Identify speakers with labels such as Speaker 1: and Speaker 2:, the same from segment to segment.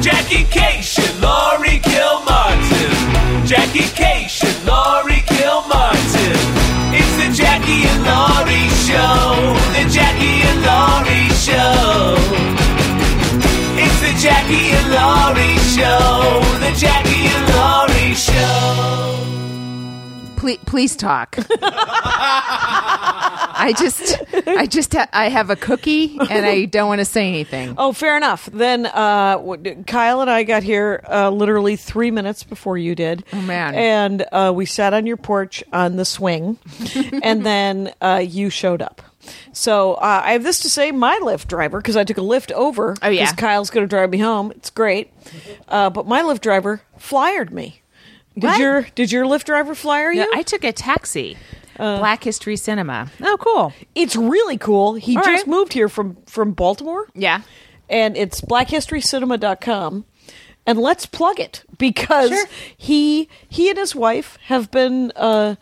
Speaker 1: Jackie Cation, Laurie Kilmartin. Jackie Cation, Laurie Kilmartin. It's the Jackie and Laurie Show. The Jackie and Laurie Show. It's the Jackie and Laurie Show. The Jackie and Laurie Show.
Speaker 2: please, please talk. I just, I just, ha- I have a cookie and I don't want to say anything.
Speaker 3: Oh, fair enough. Then uh, what- Kyle and I got here uh, literally three minutes before you did. Oh
Speaker 2: man.
Speaker 3: And uh, we sat on your porch on the swing, and then uh, you showed up. So uh, I have this to say, my Lyft driver, because I took a Lyft over.
Speaker 2: Oh, yeah.
Speaker 3: 'cause Kyle's going to drive me home. It's great. Uh, but my Lyft driver flyered me. Did
Speaker 2: What?
Speaker 3: your did your Lyft driver flyer you?
Speaker 4: No, I took a taxi.
Speaker 3: Uh.
Speaker 4: Black History Cinema. Oh, cool.
Speaker 3: it's really cool. He
Speaker 4: All
Speaker 3: just
Speaker 4: right.
Speaker 3: moved here from from Baltimore.
Speaker 2: Yeah.
Speaker 3: and it's blackhistorycinema.com and let's plug it because
Speaker 2: Sure.
Speaker 3: he he and his wife have been uh,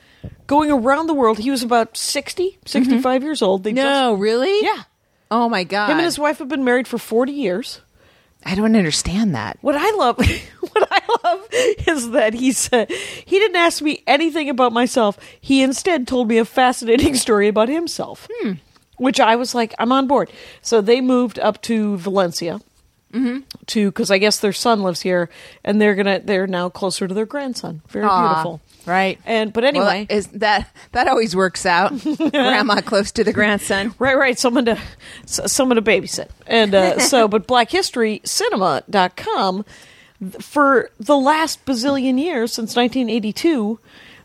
Speaker 3: going around the world he was about 60 65 years old they
Speaker 2: Mm-hmm. No, really?
Speaker 3: Yeah.
Speaker 2: Oh my god.
Speaker 3: just, him and his wife have been married for 40 years
Speaker 2: I don't understand that.
Speaker 3: what i love what i love is that he said he didn't ask me anything about myself he instead told me a fascinating story about himself which i was like i'm on board so they moved up to valencia to because I guess their son lives here, and they're gonna they're now closer to their grandson. Very
Speaker 2: Aw,
Speaker 3: beautiful,
Speaker 2: right.
Speaker 3: And but
Speaker 2: Well,
Speaker 3: anyway,
Speaker 2: is that that always works out? Grandma close to the grandson.
Speaker 3: right, right, someone to s- someone to babysit, and uh, so but blackhistorycinema.com th- for the last bazillion years since 1982,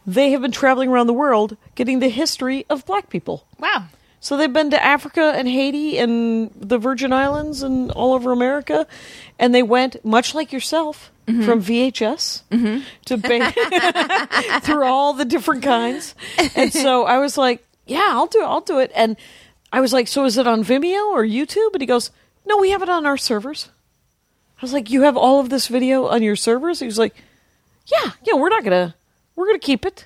Speaker 3: they have been traveling around the world getting the history of Black people.
Speaker 2: Wow.
Speaker 3: So they've been to Africa and Haiti and the Virgin Islands and all over America, and they went much like yourself from VHS to ba- through all the different kinds. And so I was like, "Yeah, I'll do, it, I'll do it." And I was like, "So is it on Vimeo or YouTube?" And he goes, "No, we have it on our servers." I was like, "You have all of this video on your servers?" He was like, "Yeah, yeah, we're not gonna, we're gonna keep it."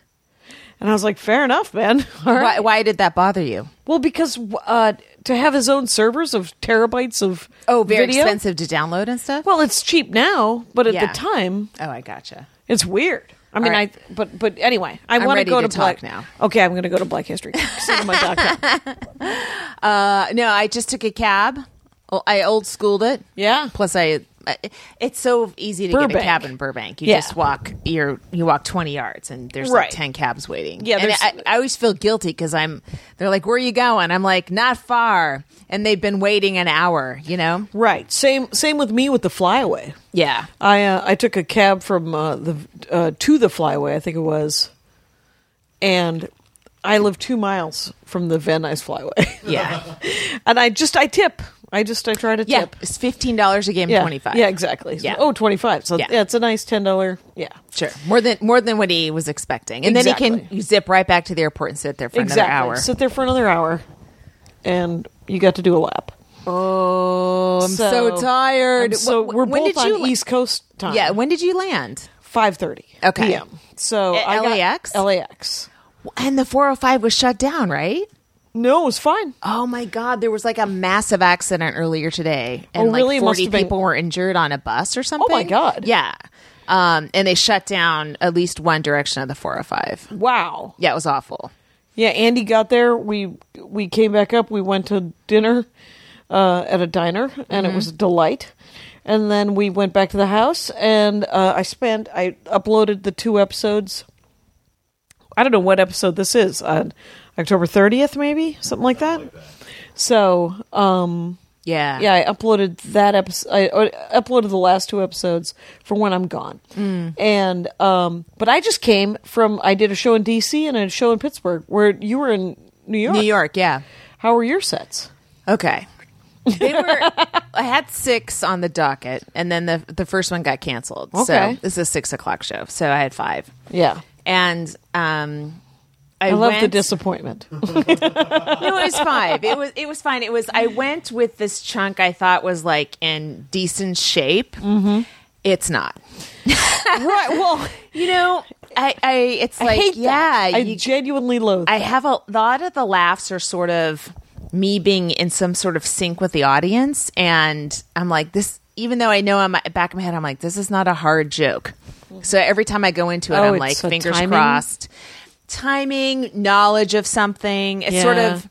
Speaker 3: And I was like, "Fair enough, man." All right.
Speaker 2: Why, why did that bother you?
Speaker 3: Well, because uh, to have his own servers of terabytes of
Speaker 2: Oh, very
Speaker 3: video-
Speaker 2: expensive to download and stuff.
Speaker 3: Well, it's cheap now, but at
Speaker 2: Yeah.
Speaker 3: the time,
Speaker 2: oh, I gotcha.
Speaker 3: it's weird. I mean,
Speaker 2: right.
Speaker 3: I but but anyway, I
Speaker 2: I'm
Speaker 3: want
Speaker 2: ready
Speaker 3: go
Speaker 2: to
Speaker 3: to,
Speaker 2: talk
Speaker 3: Black
Speaker 2: now.
Speaker 3: Okay, I'm going to go to blackhistorycinema.com.
Speaker 2: Uh, no, I just took a cab. Oh, I old schooled it.
Speaker 3: Yeah.
Speaker 2: Plus, I. I- It's so easy to get a
Speaker 3: Burbank.
Speaker 2: cab in Burbank. You
Speaker 3: Yeah.
Speaker 2: just walk. You you walk twenty yards, and there's like
Speaker 3: Right.
Speaker 2: ten cabs waiting.
Speaker 3: Yeah,
Speaker 2: and
Speaker 3: there's-
Speaker 2: I, I always feel guilty because I'm. They're like, "Where are you going?" I'm like, "Not far," and they've been waiting an hour. You know?
Speaker 3: right. Same same with me with the flyaway.
Speaker 2: Yeah.
Speaker 3: I uh, I took a cab from uh, the uh, to the flyaway, I think it was, and I live two miles from the Van Nuys flyway.
Speaker 2: Yeah.
Speaker 3: and I just I tip. I just I try to
Speaker 2: yeah.
Speaker 3: tip.
Speaker 2: It's fifteen dollars a game.
Speaker 3: yeah.
Speaker 2: Twenty five.
Speaker 3: Yeah, exactly.
Speaker 2: Yeah.
Speaker 3: Oh, 25. So
Speaker 2: Yeah.
Speaker 3: yeah. it's a nice $10. Yeah.
Speaker 2: Sure. More than more than what he was expecting, and then he
Speaker 3: Exactly.
Speaker 2: can zip right back to the airport and sit there for
Speaker 3: exactly.
Speaker 2: another hour.
Speaker 3: Sit there for another hour and you got to do a lap.
Speaker 2: oh, I'm so, tired.
Speaker 3: I'm So
Speaker 2: Wh- wh-
Speaker 3: we're
Speaker 2: when
Speaker 3: both
Speaker 2: did you
Speaker 3: on
Speaker 2: la-
Speaker 3: East Coast time.
Speaker 2: Yeah. When did you land?
Speaker 3: 5:30
Speaker 2: Okay.
Speaker 3: p.m. So
Speaker 2: At
Speaker 3: I got-
Speaker 2: LAX?
Speaker 3: LAX.
Speaker 2: And the 405 was shut down, right?
Speaker 3: No, it was fine.
Speaker 2: Oh my God! There was like a massive accident earlier today, and
Speaker 3: Oh, really?
Speaker 2: like
Speaker 3: It must
Speaker 2: forty
Speaker 3: have been- Oh
Speaker 2: people were injured on a bus or something.
Speaker 3: God.
Speaker 2: Yeah, um, and they shut down at least one direction of the four hundred five.
Speaker 3: Wow.
Speaker 2: Yeah, it was awful.
Speaker 3: Yeah, Andy got there. We we came back up. We went to dinner uh, at a diner, and it was a delight. And then we went back to the house, and uh, I spent I uploaded the two episodes. I don't know what episode this is on October thirtieth, maybe something like that. So um,
Speaker 2: Yeah,
Speaker 3: yeah, I uploaded that episode. I uh, uploaded the last two episodes for when I'm gone.
Speaker 2: Mm.
Speaker 3: And um, but I just came from. I did a show in D.C. and a show in Pittsburgh, where you were in New York.
Speaker 2: New York. Yeah.
Speaker 3: How were your sets?
Speaker 2: Okay. They were. I had six on the docket, and then the the first one got canceled. So
Speaker 3: Okay.
Speaker 2: this is a six o'clock show. So I had five,
Speaker 3: Yeah,
Speaker 2: and um, I,
Speaker 3: I love the
Speaker 2: went-
Speaker 3: disappointment.
Speaker 2: no, it was five. It was it was fine. It was I went with this chunk I thought was like in decent shape. Mm-hmm. It's not.
Speaker 3: right. Well,
Speaker 2: You know, I, I it's like
Speaker 3: I hate
Speaker 2: yeah,
Speaker 3: that. I
Speaker 2: you-
Speaker 3: genuinely loathe.
Speaker 2: I
Speaker 3: that.
Speaker 2: have a lot of the laughs are sort of me being in some sort of sync with the audience, and I'm like this. even though I know I'm back of my head, I'm like, this is not a hard joke. So every time I go into it,
Speaker 3: Oh,
Speaker 2: I'm
Speaker 3: it's
Speaker 2: like,
Speaker 3: the
Speaker 2: fingers
Speaker 3: timing?
Speaker 2: crossed. Timing, knowledge of something. It's sort
Speaker 3: Yeah.
Speaker 2: of,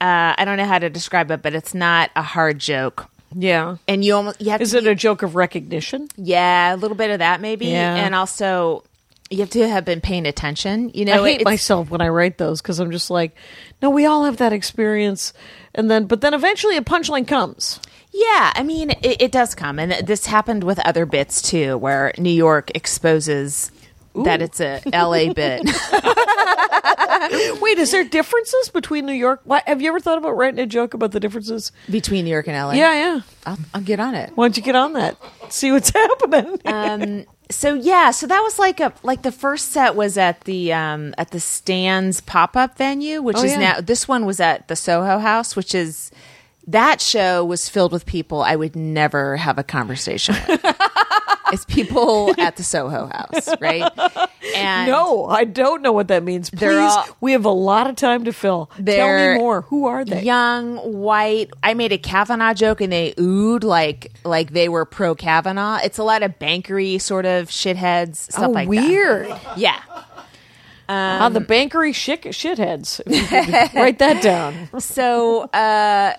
Speaker 2: uh, I don't know how to describe it, but it's not a hard joke.
Speaker 3: Yeah.
Speaker 2: And you almost, you have
Speaker 3: Is
Speaker 2: to
Speaker 3: it a joke of recognition?
Speaker 2: yeah, a little bit of that maybe,
Speaker 3: Yeah.
Speaker 2: and also you have to have been paying attention. You know,
Speaker 3: I hate
Speaker 2: it's-
Speaker 3: myself when I write those because I'm just like, no, we all have that experience, and then but then eventually a punchline comes.
Speaker 2: Yeah, I mean, it, it does come, and this happened with other bits too, where New York exposes that it's a LA bit.
Speaker 3: Wait, is there differences between New York? Why, have you ever thought about writing a joke about the differences?
Speaker 2: Between New York and LA.
Speaker 3: Yeah, yeah.
Speaker 2: I'll, I'll get on it.
Speaker 3: Why don't you get on that? See what's happening.
Speaker 2: Um, So yeah, so that was like a like the first set was at the um at the Stands pop up venue, which
Speaker 3: Oh,
Speaker 2: is
Speaker 3: yeah.
Speaker 2: now this one was at the Soho House, which is that show was filled with people I would never have a conversation with. it's people at the Soho House, right? And
Speaker 3: no, I don't know what that means.
Speaker 2: They're
Speaker 3: Please,
Speaker 2: all-
Speaker 3: we have a lot of time to fill. Tell
Speaker 2: They're
Speaker 3: me more. Who are they?
Speaker 2: Young, white. I made a Kavanaugh joke and they oohed like like they were pro Kavanaugh. It's a lot of bankery sort of shitheads, stuff
Speaker 3: oh,
Speaker 2: like
Speaker 3: weird.
Speaker 2: that. Um, Yeah.
Speaker 3: Ah, the bankery shit shitheads. Write that down.
Speaker 2: So uh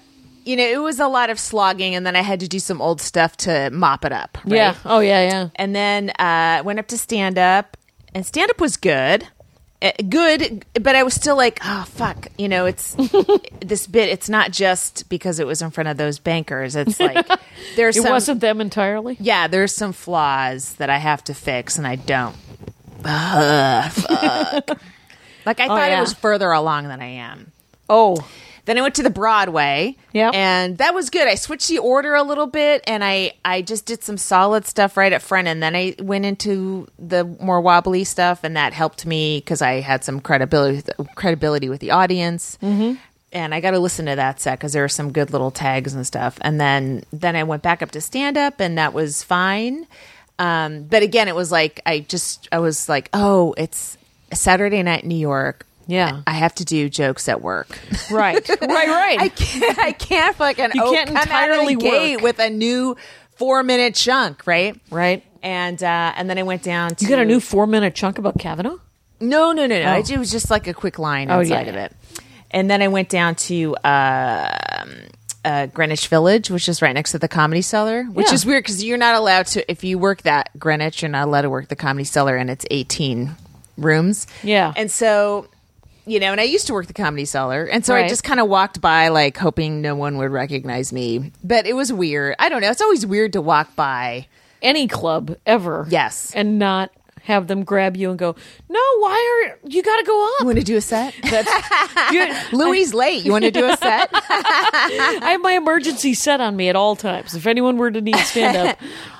Speaker 2: you know, it was a lot of slogging and then I had to do some old stuff to mop it up. right?
Speaker 3: Yeah. Oh yeah, yeah.
Speaker 2: And then uh went up to stand up and stand up was good. Uh, Good, but I was still like, oh fuck, you know, it's this bit. It's not just because it was in front of those bankers. It's like there's
Speaker 3: It
Speaker 2: some,
Speaker 3: wasn't them entirely.
Speaker 2: yeah, there's some flaws that I have to fix, and I don't. Ugh, fuck. like I thought
Speaker 3: Oh, yeah.
Speaker 2: it was further along than I am.
Speaker 3: Oh,
Speaker 2: Then I went to the Broadway,
Speaker 3: Yep.
Speaker 2: and that was good. I switched the order a little bit, and I I just did some solid stuff right up front, and then I went into the more wobbly stuff, and that helped me because I had some credibility credibility with the audience. Mm-hmm. And I got to listen to that set because there were some good little tags and stuff. And then then I went back up to stand up, and that was fine. Um, but again, it was like I just I was like, oh, it's Saturday night in New York.
Speaker 3: Yeah.
Speaker 2: I have to do jokes at work.
Speaker 3: right, right, right.
Speaker 2: I can't. I can't fucking.
Speaker 3: You
Speaker 2: oh,
Speaker 3: can't
Speaker 2: come out of the
Speaker 3: entirely
Speaker 2: gate
Speaker 3: work.
Speaker 2: with a new four minute chunk, right?
Speaker 3: Right.
Speaker 2: And uh, and then I went down. To,
Speaker 3: you got a new four-minute chunk about Kavanaugh.
Speaker 2: No, no, no, no. It was just like a quick line
Speaker 3: Oh,
Speaker 2: inside
Speaker 3: yeah,
Speaker 2: of
Speaker 3: yeah.
Speaker 2: it. And then I went down to uh, um, uh, Greenwich Village, which is right next to the Comedy Cellar, which
Speaker 3: Yeah.
Speaker 2: is weird because you're not allowed to. If you work that Greenwich, you're not allowed to work the Comedy Cellar, and it's 18 rooms.
Speaker 3: Yeah.
Speaker 2: and so. You know, and I used to work the comedy cellar, and so I
Speaker 3: Right.
Speaker 2: just kind of walked by, like hoping no one would recognize me. But it was weird. I don't know. It's always weird to walk by.
Speaker 3: Any club ever.
Speaker 2: Yes.
Speaker 3: and not have them grab you and go, "No, why are you got to go up?"
Speaker 2: Want to do a set?
Speaker 3: You-
Speaker 2: Louie's late. You want to do a set?
Speaker 3: I have my emergency set on me at all times. If anyone were to need stand up,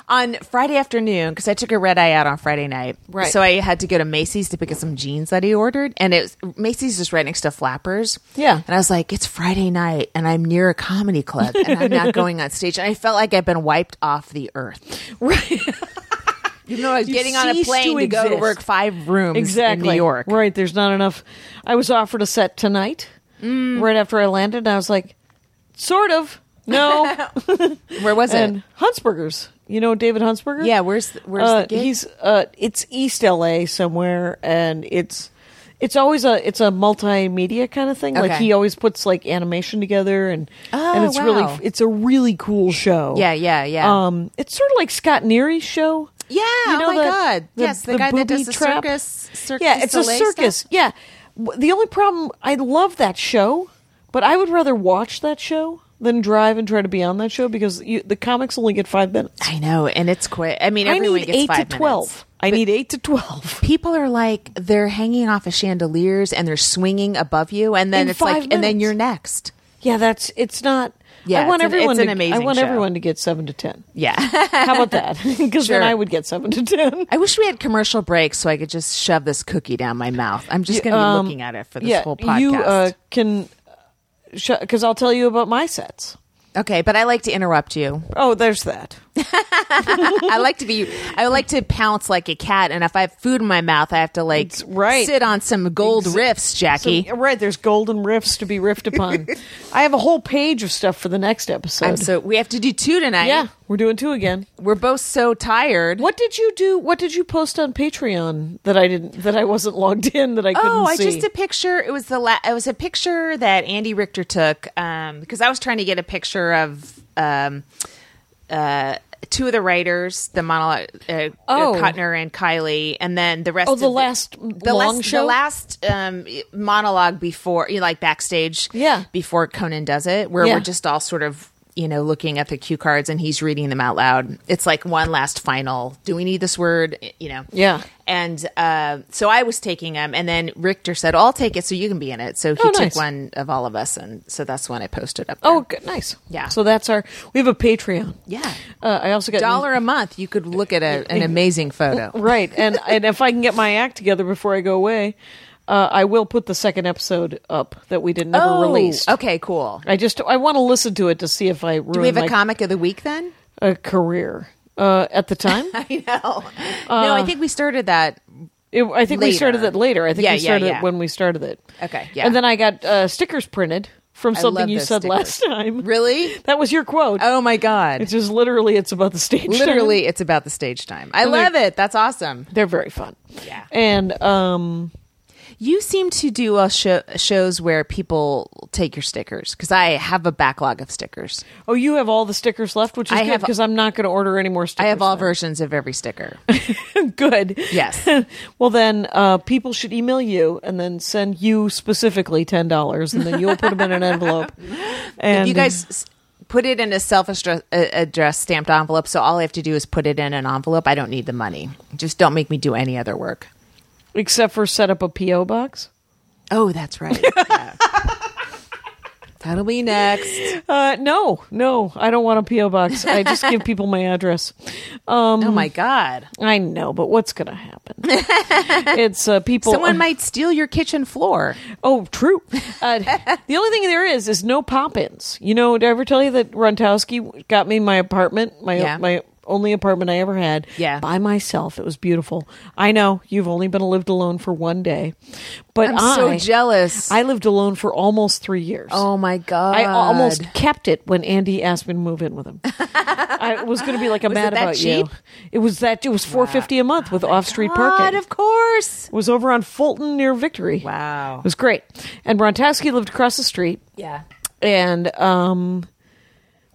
Speaker 2: on Friday afternoon because I took a red eye out on Friday night.
Speaker 3: Right.
Speaker 2: So I had to go to Macy's to pick up some jeans that he ordered, and it was, Macy's is right next to Flappers.
Speaker 3: Yeah.
Speaker 2: And I was like, it's Friday night, and I'm near a comedy club, and I'm not going on stage, and I felt like I'd been wiped off the earth.
Speaker 3: right?
Speaker 2: You know, I was
Speaker 3: You
Speaker 2: getting on a
Speaker 3: cease
Speaker 2: plane
Speaker 3: to
Speaker 2: to, go to
Speaker 3: exist.
Speaker 2: work five rooms
Speaker 3: exactly
Speaker 2: in New York.
Speaker 3: Right? There's not enough. I was offered a set tonight,
Speaker 2: Mm.
Speaker 3: right after I landed, and I was like, "Sort of, no."
Speaker 2: Where was it?
Speaker 3: and Huntsberger's, you know, David Huntsberger.
Speaker 2: Yeah, where's the- where's
Speaker 3: uh,
Speaker 2: the gig?
Speaker 3: He's uh, it's East LA somewhere, and it's it's always a it's a multimedia kind of thing. Like
Speaker 2: Okay.
Speaker 3: he always puts like animation together, and and
Speaker 2: Oh,
Speaker 3: it's really
Speaker 2: wow.
Speaker 3: it's a really cool show.
Speaker 2: Yeah, yeah, yeah.
Speaker 3: Um, it's sort of like Scott Neary's show.
Speaker 2: yeah.
Speaker 3: You know
Speaker 2: oh my
Speaker 3: the-
Speaker 2: God.
Speaker 3: the-
Speaker 2: yes, the,
Speaker 3: the
Speaker 2: guy that does
Speaker 3: booby
Speaker 2: the
Speaker 3: trap?
Speaker 2: circus. circus
Speaker 3: Yeah, it's a
Speaker 2: Soleil stuff?
Speaker 3: circus. Yeah. W- The only problem, I love that show, but I would rather watch that show than drive and try to be on that show because you, the comics only get five minutes.
Speaker 2: I know, and it's quick. I mean,
Speaker 3: I
Speaker 2: everyone
Speaker 3: need
Speaker 2: gets
Speaker 3: eight to
Speaker 2: five
Speaker 3: twelve.
Speaker 2: minutes.
Speaker 3: I need eight to twelve.
Speaker 2: people are like they're hanging off of chandeliers and they're swinging above you and then
Speaker 3: In
Speaker 2: it's like
Speaker 3: five
Speaker 2: and then
Speaker 3: minutes.
Speaker 2: you're next
Speaker 3: Yeah, that's it's not.
Speaker 2: Yeah,
Speaker 3: I want
Speaker 2: it's an-
Speaker 3: everyone.
Speaker 2: it's an
Speaker 3: to, I
Speaker 2: amazing
Speaker 3: want
Speaker 2: show.
Speaker 3: everyone to get seven to ten.
Speaker 2: yeah
Speaker 3: How about that? Because
Speaker 2: Sure.
Speaker 3: then I would get seven to ten.
Speaker 2: i wish we had commercial breaks so i could just shove this cookie down my mouth i'm just gonna be looking at it for this
Speaker 3: um, yeah,
Speaker 2: whole podcast
Speaker 3: you uh, can. Because I'll tell you about my sets.
Speaker 2: okay but i like to interrupt you
Speaker 3: Oh, there's that.
Speaker 2: I like to be. I like to pounce like a cat, and if I have food in my mouth, I have to like
Speaker 3: That's right.
Speaker 2: sit on some gold riffs, Jackie.
Speaker 3: So, right, there's golden riffs to be riffed upon. I have a whole page of stuff for the next episode.
Speaker 2: I'm so we have to do two tonight.
Speaker 3: yeah, we're doing two again.
Speaker 2: we're both so tired.
Speaker 3: What did you do? What did you post on Patreon that I didn't? That I wasn't logged in. That I couldn't
Speaker 2: Oh, I
Speaker 3: see.
Speaker 2: just a picture. It was the la- it was a picture that Andy Richter took um, because I was trying to get a picture of um, uh, two of the writers, the monologue, uh, uh,
Speaker 3: Oh.
Speaker 2: Kuttner and Kylie, and then the rest.
Speaker 3: Oh,
Speaker 2: of
Speaker 3: the last
Speaker 2: the
Speaker 3: long
Speaker 2: last,
Speaker 3: show?
Speaker 2: the last um, monologue before, you know, like backstage,
Speaker 3: Yeah.
Speaker 2: before Conan does it, where
Speaker 3: Yeah.
Speaker 2: we're just all sort of. You know, looking at the cue cards and he's reading them out loud. It's like one last final. Do we need this word? You know.
Speaker 3: Yeah.
Speaker 2: And uh, so I was taking them, and then Richter said, "I'll take it, so you can be in it." So he
Speaker 3: Oh,
Speaker 2: took
Speaker 3: nice.
Speaker 2: one of all of us, and so that's when I posted up.
Speaker 3: Oh,
Speaker 2: there.
Speaker 3: good, nice.
Speaker 2: Yeah.
Speaker 3: So that's our. We have a Patreon.
Speaker 2: yeah,
Speaker 3: Uh, I also got
Speaker 2: dollar a month, you could look at a, an amazing photo.
Speaker 3: Right, and and if I can get my act together before I go away, uh, I will put the second episode up that we didn't ever release.
Speaker 2: Oh, okay, cool.
Speaker 3: I just I want to listen to it to see if I ruin
Speaker 2: Do we have
Speaker 3: my
Speaker 2: a comic of the week then?
Speaker 3: uh, career uh, at the time.
Speaker 2: I know. no, I think we started that.
Speaker 3: It, I think we
Speaker 2: Later.
Speaker 3: started it later. I think
Speaker 2: Yeah,
Speaker 3: we
Speaker 2: yeah,
Speaker 3: started
Speaker 2: yeah.
Speaker 3: it when we started it.
Speaker 2: Okay, yeah.
Speaker 3: And then I got uh, stickers printed from
Speaker 2: I
Speaker 3: something
Speaker 2: love
Speaker 3: you
Speaker 2: those
Speaker 3: said
Speaker 2: stickers.
Speaker 3: last time.
Speaker 2: Really?
Speaker 3: That was your quote.
Speaker 2: Oh my god!
Speaker 3: It's just literally it's about the stage. time.
Speaker 2: Literally, it's about the stage time. I
Speaker 3: they're-
Speaker 2: love it. That's awesome.
Speaker 3: They're very fun.
Speaker 2: Yeah.
Speaker 3: And um
Speaker 2: You seem to do uh, sho- shows where people take your stickers because I have a backlog of stickers.
Speaker 3: oh you have all the stickers left, which is
Speaker 2: I
Speaker 3: good
Speaker 2: have-
Speaker 3: because I'm not going to order any more stickers.
Speaker 2: I have all
Speaker 3: now.
Speaker 2: versions of every sticker.
Speaker 3: good.
Speaker 2: Yes.
Speaker 3: well, then uh, people should email you and then send you specifically ten dollars, and then you'll put them in an envelope. And
Speaker 2: you guys s- put it in a self-addressed stamped envelope, so all I have to do is put it in an envelope. I don't need the money. Just don't make me do any other work.
Speaker 3: except for set up a PO box.
Speaker 2: Oh, that's right. Yeah. That'll be next.
Speaker 3: Uh, no, no, I don't want a PO box. I just give people my address. Um,
Speaker 2: Oh my god!
Speaker 3: I know, but what's going to happen? it's uh, people.
Speaker 2: Someone might steal your kitchen floor.
Speaker 3: Oh, true. Uh, the only thing there is is no pop-ins. You know, did I ever tell you that Rontowski got me my apartment, my
Speaker 2: Yeah.
Speaker 3: my only apartment I ever had,
Speaker 2: Yeah.
Speaker 3: by myself. It was beautiful. I know you've only been lived alone for one day, but
Speaker 2: I'm so
Speaker 3: I-
Speaker 2: jealous.
Speaker 3: I lived alone for almost three years.
Speaker 2: oh my god!
Speaker 3: I almost kept it when Andy asked me to move in with him. I was going to be like, "I'm
Speaker 2: Was it
Speaker 3: mad
Speaker 2: that
Speaker 3: about
Speaker 2: cheap? Oh
Speaker 3: you." It was that it was four fifty a month with off street
Speaker 2: God,
Speaker 3: parking.
Speaker 2: of course.
Speaker 3: It was over on Fulton near Victory.
Speaker 2: Wow.
Speaker 3: It was great. And Brontowski lived across the street.
Speaker 2: Yeah.
Speaker 3: And um,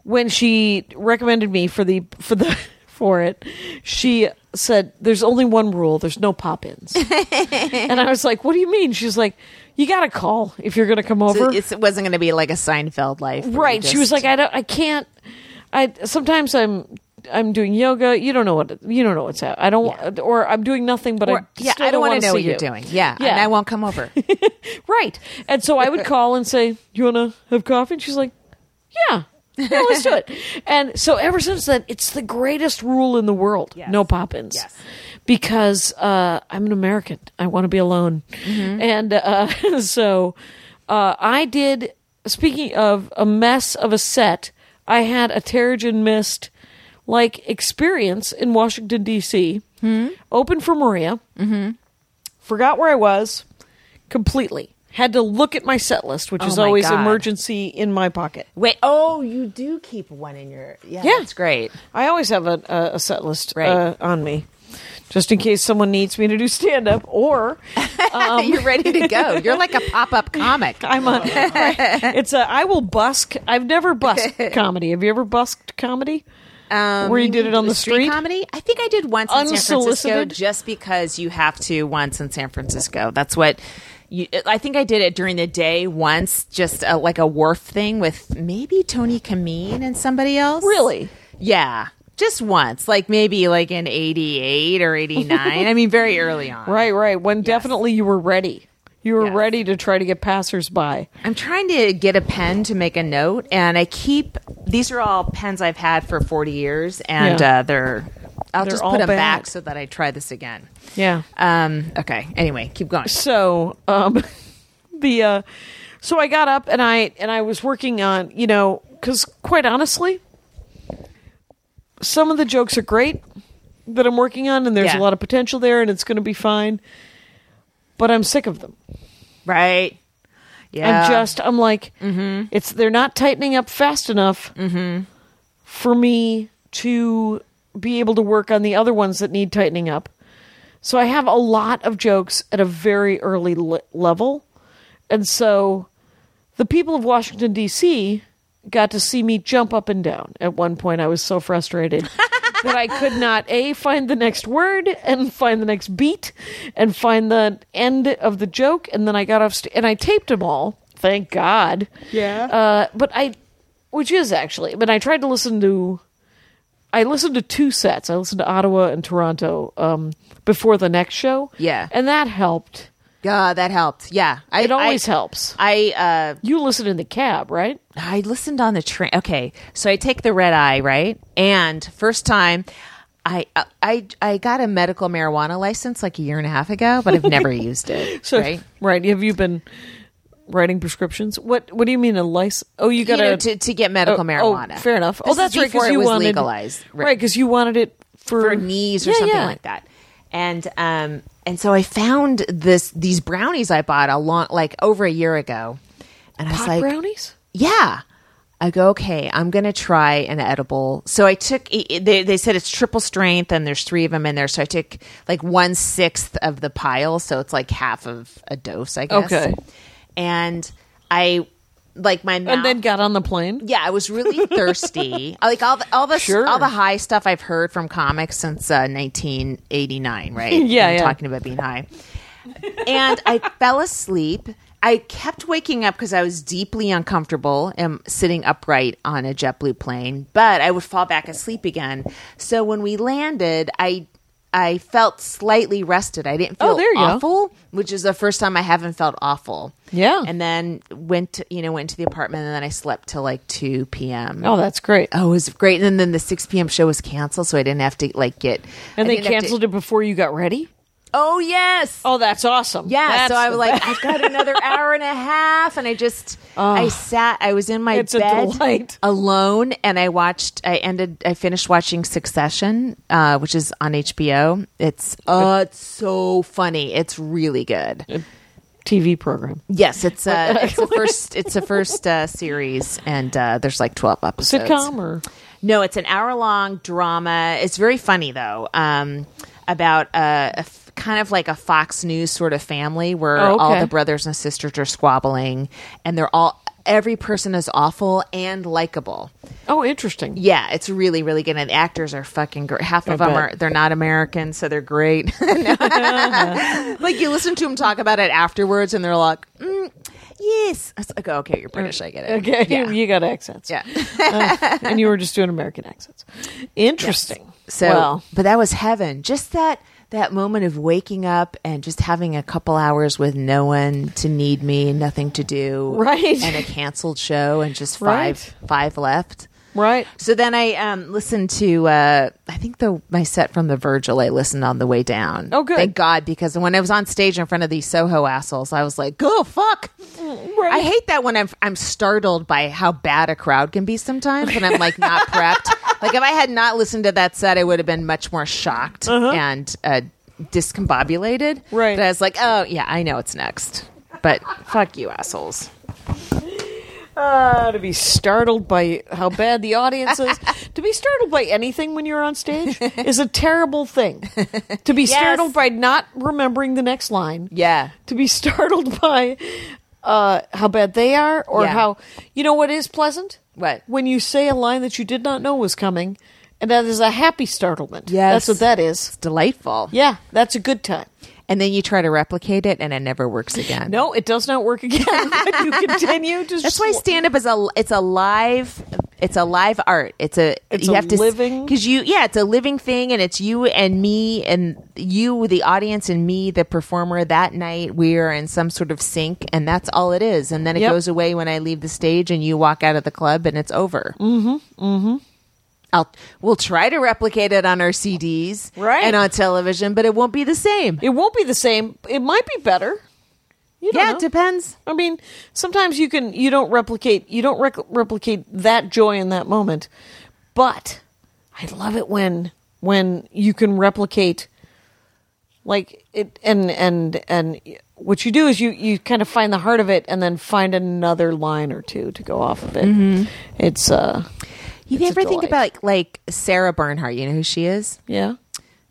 Speaker 3: when she recommended me for the for the for it, she said, "There's only one rule. There's no pop-ins." and I was like, "What do you mean?" She's like, "You got to call if you're going to come
Speaker 2: So
Speaker 3: over."
Speaker 2: it's- it wasn't going to be like a Seinfeld life, where you
Speaker 3: right she was
Speaker 2: just-
Speaker 3: like i don't i can't i sometimes i'm i'm doing yoga you don't know what you don't know what's out i don't or i'm doing nothing but i
Speaker 2: Or- yeah,
Speaker 3: still
Speaker 2: I don't want to know
Speaker 3: see
Speaker 2: what you're
Speaker 3: you.
Speaker 2: doing. Yeah,
Speaker 3: Yeah.
Speaker 2: and I won't come over.
Speaker 3: right and so i would call and say you want to have coffee and she's like yeah yeah, let's do it. And so ever since then, it's the greatest rule in the world. No pop-ins.
Speaker 2: Yes.
Speaker 3: Because uh, I'm an American. I want to be alone.
Speaker 2: Mm-hmm.
Speaker 3: And uh, so uh, I did, speaking of a mess of a set, I had a Terrigen Mist like experience in Washington, D.C.,
Speaker 2: Hmm?
Speaker 3: open for Maria. Mm-hmm. Forgot where I was completely. Had to look at my set list, which is
Speaker 2: Oh my
Speaker 3: always
Speaker 2: God.
Speaker 3: emergency in my pocket.
Speaker 2: Wait, oh, you do keep one in your yeah.
Speaker 3: Yeah.
Speaker 2: That's great.
Speaker 3: I always have a, a, a set list
Speaker 2: Right.
Speaker 3: uh, on me, just in case someone needs me to do stand up, or uh,
Speaker 2: You're ready to go. You're like a pop up comic.
Speaker 3: I'm a. it's a. I will busk. I've never busked comedy. Have you ever busked comedy?
Speaker 2: Um,
Speaker 3: Where you did it on the street?
Speaker 2: comedy? I think I did once in San Francisco,
Speaker 3: Unsolicited?
Speaker 2: just because you have to once in San Francisco. That's what. You, I think I did it during the day once, just uh like a wharf thing with maybe Tony Kameen and somebody else.
Speaker 3: Really?
Speaker 2: Yeah, just once, like maybe like in '88 or '89. I mean, very early on.
Speaker 3: Right, right. When definitely you were ready. You were
Speaker 2: Yes.
Speaker 3: ready to try to get passersby.
Speaker 2: I'm trying to get a pen to make a note, and I keep these are all pens I've had for 40 years, and
Speaker 3: Yeah.
Speaker 2: uh, they're I'll
Speaker 3: They're
Speaker 2: just
Speaker 3: all
Speaker 2: put them
Speaker 3: bad.
Speaker 2: back so that I try this again.
Speaker 3: Yeah.
Speaker 2: Um, okay. Anyway, keep going.
Speaker 3: so um the uh so i got up and i and i was working on you know because quite honestly some of the jokes are great that I'm working on, and there's
Speaker 2: Yeah.
Speaker 3: a lot of potential there, and it's going to be fine. But I'm sick of them.
Speaker 2: Right. Yeah. Mm-hmm.
Speaker 3: I'm just, I'm like, it's they're not tightening up fast enough for me to be able to work on the other ones that need tightening up. So I have a lot of jokes at a very early le- level, and so the people of Washington D.C. got to see me jump up and down. At one point, I was so frustrated. that I could not a find the next word and find the next beat and find the end of the joke and then I got off st- and I taped them all. Thank God. Yeah. Uh, but I, which is actually, but I tried to listen to, I listened to two sets. I listened to Ottawa and Toronto um, before the next show.
Speaker 2: Yeah.
Speaker 3: and that helped.
Speaker 2: God, that helped. Yeah. I,
Speaker 3: It always
Speaker 2: I,
Speaker 3: helps.
Speaker 2: I uh
Speaker 3: You listen in the cab, right?
Speaker 2: I listened on the train. Okay, so I take the red eye, right? And first time, I uh, I I got a medical marijuana license like a year and a half ago, but I've never used it.
Speaker 3: So,
Speaker 2: right?
Speaker 3: right. Have you been writing prescriptions? What What do you mean a license? Oh, you got
Speaker 2: you know,
Speaker 3: a-
Speaker 2: to, to get medical
Speaker 3: Oh,
Speaker 2: marijuana.
Speaker 3: Oh, fair enough.
Speaker 2: This
Speaker 3: oh,
Speaker 2: is
Speaker 3: that's right.
Speaker 2: before
Speaker 3: Because
Speaker 2: it
Speaker 3: you
Speaker 2: was
Speaker 3: wanted
Speaker 2: legalized, right.
Speaker 3: right? Because you wanted it for,
Speaker 2: for knees or
Speaker 3: Yeah,
Speaker 2: something
Speaker 3: yeah.
Speaker 2: like that. And um and so I found this these brownies I bought a long like over a year ago, and I was
Speaker 3: Pot
Speaker 2: like,
Speaker 3: brownies.
Speaker 2: yeah i go okay i'm gonna try an edible so i took i- i- they, they said it's triple strength and there's three of them in there so i took like one sixth of the pile so it's like half of a dose i guess
Speaker 3: Okay.
Speaker 2: and i like my mouth
Speaker 3: And then got on the plane.
Speaker 2: yeah, I was really thirsty. like all the all the
Speaker 3: Sure.
Speaker 2: all the high stuff I've heard from comics since uh, 1989, right?
Speaker 3: Yeah,
Speaker 2: I'm
Speaker 3: yeah.
Speaker 2: talking about being high. and I fell asleep. I kept waking up because I was deeply uncomfortable and sitting upright on a JetBlue plane, but I would fall back asleep again. So when we landed, I I felt slightly rested. I didn't feel
Speaker 3: Oh, there you go.
Speaker 2: awful, which is the first time I haven't felt awful.
Speaker 3: Yeah.
Speaker 2: And then went to, you know went to the apartment and then I slept till like 2 p.m.
Speaker 3: Oh, that's great.
Speaker 2: Oh, it was great. And then the 6 p.m. show was canceled so I didn't have to like get
Speaker 3: and
Speaker 2: I
Speaker 3: they
Speaker 2: didn't have to-
Speaker 3: canceled it before you got ready.
Speaker 2: Oh, yes.
Speaker 3: Oh, that's awesome.
Speaker 2: Yeah,
Speaker 3: That's
Speaker 2: so I
Speaker 3: the
Speaker 2: was like,
Speaker 3: best.
Speaker 2: I've got another hour and a half, and I just, I sat, I was in my
Speaker 3: It's a
Speaker 2: bed
Speaker 3: delight.
Speaker 2: alone, and I watched, I ended, I finished watching Succession, uh, which is on HBO. It's, uh, it's so funny. It's really good.
Speaker 3: TV program.
Speaker 2: Yes, it's uh, it's the first, it's the first uh, series, and uh, there's like twelve episodes.
Speaker 3: Sitcom or
Speaker 2: No, it's an hour long drama. It's very funny though. Um, about uh, a, a f- kind of like a Fox News sort of family where
Speaker 3: Oh, okay.
Speaker 2: all the brothers and sisters are squabbling, and they're all every person is awful and likable.
Speaker 3: oh, interesting.
Speaker 2: Yeah, it's really really good, and the actors are fucking great. Half of
Speaker 3: I
Speaker 2: them
Speaker 3: bet.
Speaker 2: are they're not American, so they're great. No. like you listen to them talk about it afterwards, and they're like, mm, "Yes," I was like, oh, "Okay, you're British, I get it."
Speaker 3: Okay,
Speaker 2: yeah.
Speaker 3: you got accents.
Speaker 2: yeah.
Speaker 3: and you were just doing American accents. Interesting.
Speaker 2: So,
Speaker 3: well,
Speaker 2: but that was heaven. Just that that moment of waking up and just having a couple hours with no one to need me, nothing to do,
Speaker 3: Right.
Speaker 2: And a canceled show, and just
Speaker 3: Right.
Speaker 2: five five left.
Speaker 3: right.
Speaker 2: So then I um, listened to uh, I think the my set from the Virgil I listened on the way down.
Speaker 3: Oh, good.
Speaker 2: thank God because when I was on stage in front of these Soho assholes, I was like, "Go fuck." I hate that when I'm I'm startled by how bad a crowd can be sometimes, and I'm like not prepped. Like if I had not listened to that set, I would have been much more shocked and uh, discombobulated.
Speaker 3: Uh-huh. Right.
Speaker 2: But I was like, "Oh yeah, I know it's next." But fuck you, assholes.
Speaker 3: Uh, to be startled by how bad the audience is. to be startled by anything when you're on stage is a terrible thing. To be startled by not remembering the next line.
Speaker 2: Yeah.
Speaker 3: To be startled by uh, how bad they are or
Speaker 2: Yeah.
Speaker 3: how. You know what is pleasant?
Speaker 2: What?
Speaker 3: When you say a line that you did not know was coming, and that is a happy startlement.
Speaker 2: Yes.
Speaker 3: That's what that is.
Speaker 2: It's delightful.
Speaker 3: Yeah, that's a good time.
Speaker 2: And then you try to replicate it, and it never works again.
Speaker 3: No, it does not work again. but you continue to.
Speaker 2: That's why stand up is a it's a live it's a live art. It's a
Speaker 3: It's
Speaker 2: you
Speaker 3: a
Speaker 2: have to
Speaker 3: living-
Speaker 2: because you yeah it's a living thing and it's you and me and you the audience and me the performer that night we are in some sort of sync and that's all it is and then it
Speaker 3: Yep.
Speaker 2: goes away when I leave the stage and you walk out of the club and it's over. Mm-hmm. Mm-hmm. I'll we'll try to replicate it on our CDs
Speaker 3: Right.
Speaker 2: and on television, but it won't be the same.
Speaker 3: It won't be the same. It might be better. You don't
Speaker 2: yeah,
Speaker 3: know.
Speaker 2: it depends.
Speaker 3: I mean, sometimes you can you don't replicate you don't rec- replicate that joy in that moment, but I love it when when you can replicate like it and and and what you do is you you kind of find the heart of it and then find another line or two to go off of it. It's uh
Speaker 2: You
Speaker 3: It's a
Speaker 2: ever think
Speaker 3: delight.
Speaker 2: about like Sarah Bernhardt? You know who she is?
Speaker 3: yeah.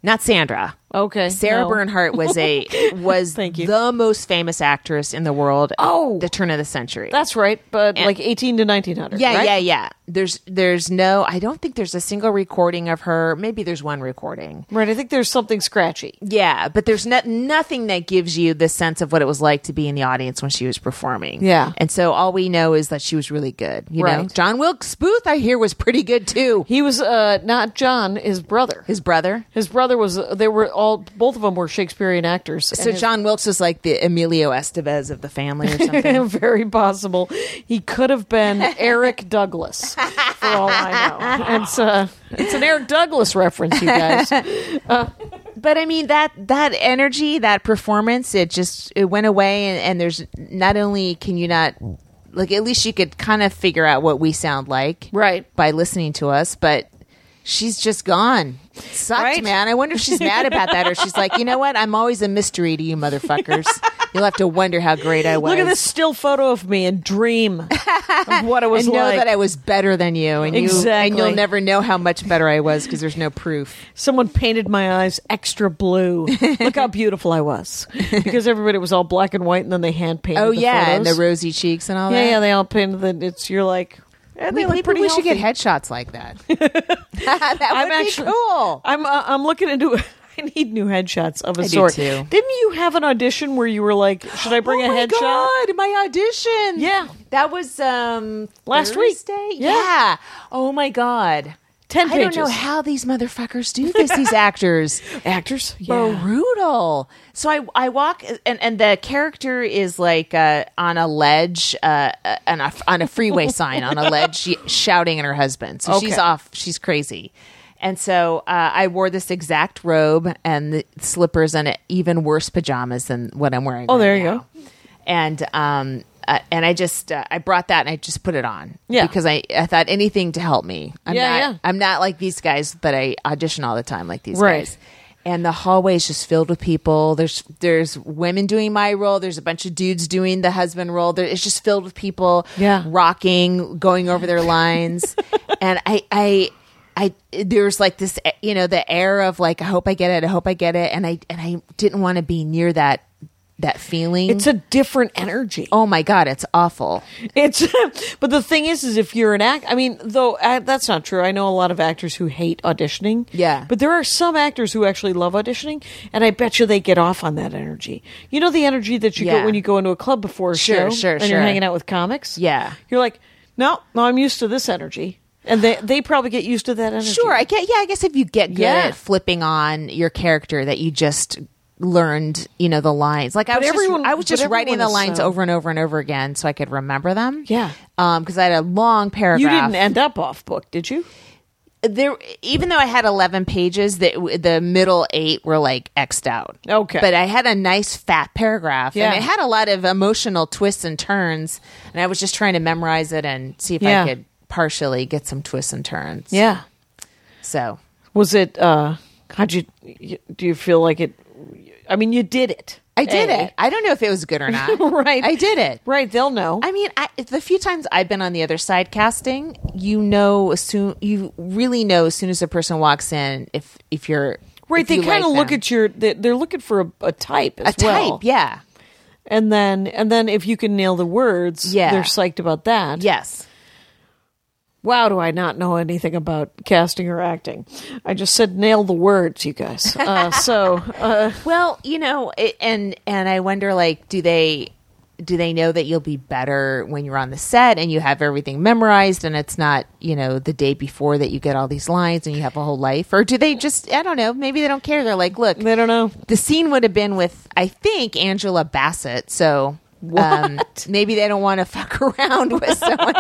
Speaker 2: Not Sandra.
Speaker 3: Okay.
Speaker 2: Sarah
Speaker 3: no.
Speaker 2: Bernhardt was a was
Speaker 3: Thank you.
Speaker 2: the most famous actress in the world.
Speaker 3: Oh.
Speaker 2: at the turn of the century.
Speaker 3: That's right, but like 18 to 1900.
Speaker 2: yeah,
Speaker 3: right?
Speaker 2: yeah, yeah. There's there's no. I don't think there's a single recording of her. Maybe there's one recording.
Speaker 3: Right, I think there's something scratchy.
Speaker 2: Yeah, but there's no, nothing that gives you the sense of what it was like to be in the audience when she was performing.
Speaker 3: Yeah.
Speaker 2: and so all we know is that she was really good. You know,
Speaker 3: Right.
Speaker 2: John Wilkes Booth, I hear, was pretty good too.
Speaker 3: He was uh not John, his brother.
Speaker 2: His brother.
Speaker 3: His brother was they were all both of them were Shakespearean actors.
Speaker 2: So John Wilkes was like the Emilio Estevez of the family or something.
Speaker 3: very possible he could have been Eric Douglas for all I know. It's uh it's an Eric Douglas reference, you guys.
Speaker 2: but I mean that that energy, that performance, it just it went away and, and there's not only can you not like at least you could kind of figure out what we sound like
Speaker 3: Right.
Speaker 2: by listening to us, but she's just gone. Sucked,
Speaker 3: Right?
Speaker 2: man. I wonder if she's mad about that or she's like, you know what? I'm always a mystery to you motherfuckers. You'll have to wonder how great I was.
Speaker 3: Look at this still photo of me and dream of what it was
Speaker 2: And know
Speaker 3: like.
Speaker 2: that I was better than you, and you and
Speaker 3: Exactly.
Speaker 2: you'll never know how much better I was because there's no proof.
Speaker 3: Someone painted my eyes extra blue. Look how beautiful I was. Because everybody was all black and white and then they hand painted
Speaker 2: Oh
Speaker 3: the
Speaker 2: yeah, and the
Speaker 3: photos.
Speaker 2: rosy cheeks and all
Speaker 3: Yeah,
Speaker 2: that.
Speaker 3: yeah, they all painted the it's you're like eh, they
Speaker 2: Maybe
Speaker 3: look pretty
Speaker 2: we
Speaker 3: healthy.
Speaker 2: should get headshots like that. that would
Speaker 3: I'm
Speaker 2: be
Speaker 3: actually
Speaker 2: cool.
Speaker 3: I'm uh, I'm looking into. I need new headshots of a
Speaker 2: I do
Speaker 3: sort.
Speaker 2: too.
Speaker 3: Didn't you have an audition where you were like, "Should I bring
Speaker 2: oh
Speaker 3: a
Speaker 2: my
Speaker 3: headshot?"
Speaker 2: god, my audition.
Speaker 3: Yeah.
Speaker 2: that was um
Speaker 3: Last week.
Speaker 2: Thursday?
Speaker 3: Yeah.
Speaker 2: Yeah. Oh my god.
Speaker 3: Ten
Speaker 2: I
Speaker 3: pages.
Speaker 2: don't know how these motherfuckers do this. These actors.
Speaker 3: actors.
Speaker 2: brutal. So I I walk and and the character is like uh, on a ledge uh, uh, on a on a freeway sign on a ledge she, shouting at her husband. So she's
Speaker 3: Okay.
Speaker 2: off. She's crazy. And so uh, I wore this exact robe and the slippers and even worse pajamas than what I'm wearing.
Speaker 3: Oh, there you
Speaker 2: go. And um. Uh, and I just uh, I brought that and I just put it on
Speaker 3: Yeah.
Speaker 2: because I, I thought anything to help me I'm
Speaker 3: Yeah,
Speaker 2: not
Speaker 3: yeah.
Speaker 2: I'm not like these guys that I audition all the time like these
Speaker 3: Right.
Speaker 2: guys and the hallway is just filled with people. There's there's women doing my role. There's a bunch of dudes doing the husband role. There, it's just filled with people,
Speaker 3: Yeah.
Speaker 2: rocking, going over their lines, and I I. I there's like this you know the air of like I hope I get it I hope I get it and I and I didn't want to be near that that feeling
Speaker 3: It's a different energy.
Speaker 2: oh my god it's awful
Speaker 3: It's but the thing is, is if you're an act, I mean, though uh, that's not true. I know a lot of actors who hate auditioning.
Speaker 2: Yeah.
Speaker 3: but there are some actors who actually love auditioning, and I bet you they get off on that energy. You know, the energy that you
Speaker 2: Yeah.
Speaker 3: get when you go into a club before a
Speaker 2: Sure,
Speaker 3: show,
Speaker 2: sure,
Speaker 3: and
Speaker 2: sure.
Speaker 3: you're hanging out with comics.
Speaker 2: Yeah.
Speaker 3: you're like, no, no, I'm used to this energy, and they they probably get used to that energy.
Speaker 2: Sure, I get. Yeah, I guess if you get good
Speaker 3: Yeah.
Speaker 2: at flipping on your character that you just learned, you know, the lines. Like I
Speaker 3: But
Speaker 2: was
Speaker 3: everyone-
Speaker 2: just, I was
Speaker 3: but
Speaker 2: just writing
Speaker 3: everyone
Speaker 2: the
Speaker 3: is
Speaker 2: lines
Speaker 3: so-
Speaker 2: over and over and over again so I could remember them.
Speaker 3: Yeah.
Speaker 2: because I had a long paragraph.
Speaker 3: you didn't end up off book, did you?
Speaker 2: there, even though I had eleven pages, that the middle eight were like xed out.
Speaker 3: Okay.
Speaker 2: but I had a nice fat paragraph,
Speaker 3: Yeah.
Speaker 2: and it had a lot of emotional twists and turns, and I was just trying to memorize it and see if
Speaker 3: Yeah.
Speaker 2: I could partially get some twists and turns.
Speaker 3: Yeah.
Speaker 2: so.
Speaker 3: Was it? uh How'd you? you- Do you feel like it? I mean, you did it.
Speaker 2: I did
Speaker 3: A.
Speaker 2: it. I don't know if it was good or not.
Speaker 3: Right.
Speaker 2: I did it.
Speaker 3: Right, they'll know.
Speaker 2: I mean, I, the few times I've been on the other side casting, you know, as soon you really know as soon as a person walks in if if you're
Speaker 3: right,
Speaker 2: if
Speaker 3: they
Speaker 2: you
Speaker 3: kind of
Speaker 2: like
Speaker 3: look
Speaker 2: them.
Speaker 3: at your. They, they're looking for a, a type as
Speaker 2: a type,
Speaker 3: well.
Speaker 2: yeah,
Speaker 3: and then and then if you can nail the words,
Speaker 2: Yeah.
Speaker 3: they're psyched about that.
Speaker 2: yes.
Speaker 3: Wow, do I not know anything about casting or acting? I just said nail the words, you guys. Uh, so uh,
Speaker 2: Well, you know, it, and and I wonder, like, do they do they know that you'll be better when you're on the set and you have everything memorized and it's not you know the day before that you get all these lines and you have a whole life, or do they just I don't know? Maybe they don't care. They're like, look,
Speaker 3: they don't know.
Speaker 2: the scene would have been with I think Angela Bassett. So um, maybe they don't want to fuck around with someone.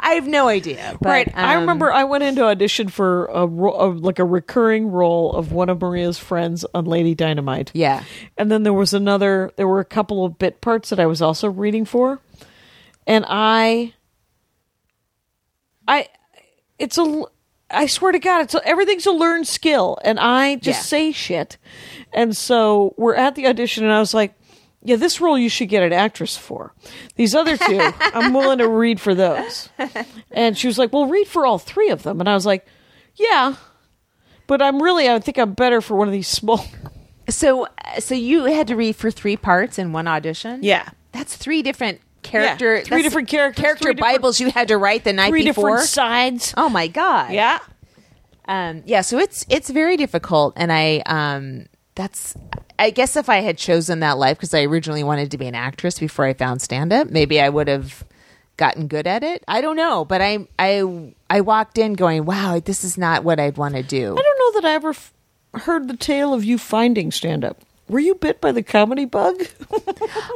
Speaker 2: I have no idea. But,
Speaker 3: right. I
Speaker 2: um,
Speaker 3: remember I went into audition for a, ro- a like a recurring role of one of Maria's friends on Lady Dynamite.
Speaker 2: Yeah.
Speaker 3: And then there was another there were a couple of bit parts that I was also reading for. And I I it's a l- I swear to God, it's everything's a learned skill, and I just
Speaker 2: Yeah.
Speaker 3: say shit. And so we're at the audition, and I was like, "Yeah, this role you should get an actress for. These other two, I'm willing to read for those." And she was like, "Well, read for all three of them." And I was like, "Yeah, but I'm really, I think I'm better for one of these small."
Speaker 2: So, uh, so you had to read for three parts in one audition.
Speaker 3: Yeah.
Speaker 2: that's three different character,
Speaker 3: three
Speaker 2: that's
Speaker 3: different characters,
Speaker 2: character
Speaker 3: three different-
Speaker 2: Bibles you had to write the night
Speaker 3: Three
Speaker 2: before.
Speaker 3: different sides.
Speaker 2: oh my god!
Speaker 3: Yeah.
Speaker 2: um, yeah. So it's it's very difficult, and I um, that's I guess if I had chosen that life because I originally wanted to be an actress before I found stand up, maybe I would have gotten good at it. I don't know, but I I I walked in going, wow, this is not what I'd want to do.
Speaker 3: I don't know that I ever f- heard the tale of you finding stand up. Were you bit by the comedy bug?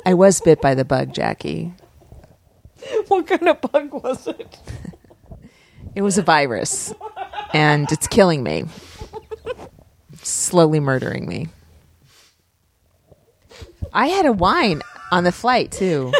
Speaker 2: I was bit by the bug, Jackie.
Speaker 3: what kind of bug was it?
Speaker 2: It was a virus, and it's killing me, slowly murdering me. I had a wine on the flight too.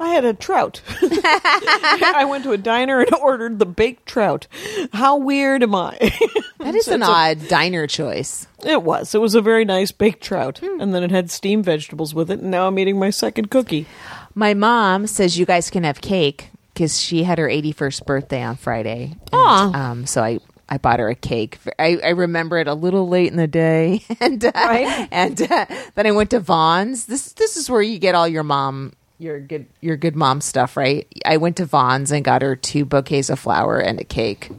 Speaker 3: I had a trout. I went to a diner and ordered the baked trout. How weird am I?
Speaker 2: That is an odd diner choice.
Speaker 3: it was. It was a very nice baked trout.
Speaker 2: Hmm.
Speaker 3: And then it had steamed vegetables with it. And now I'm eating my second cookie.
Speaker 2: My mom says you guys can have cake because she had her 81st birthday on Friday. And,
Speaker 3: Aw.
Speaker 2: Um, so I, I bought her a cake. I, I remember it a little late in the day, and uh,
Speaker 3: Right.
Speaker 2: and uh, then I went to Vaughn's. This this is where you get all your mom your good your good mom stuff, right? I went to Vaughn's and got her two bouquets of flower and a cake.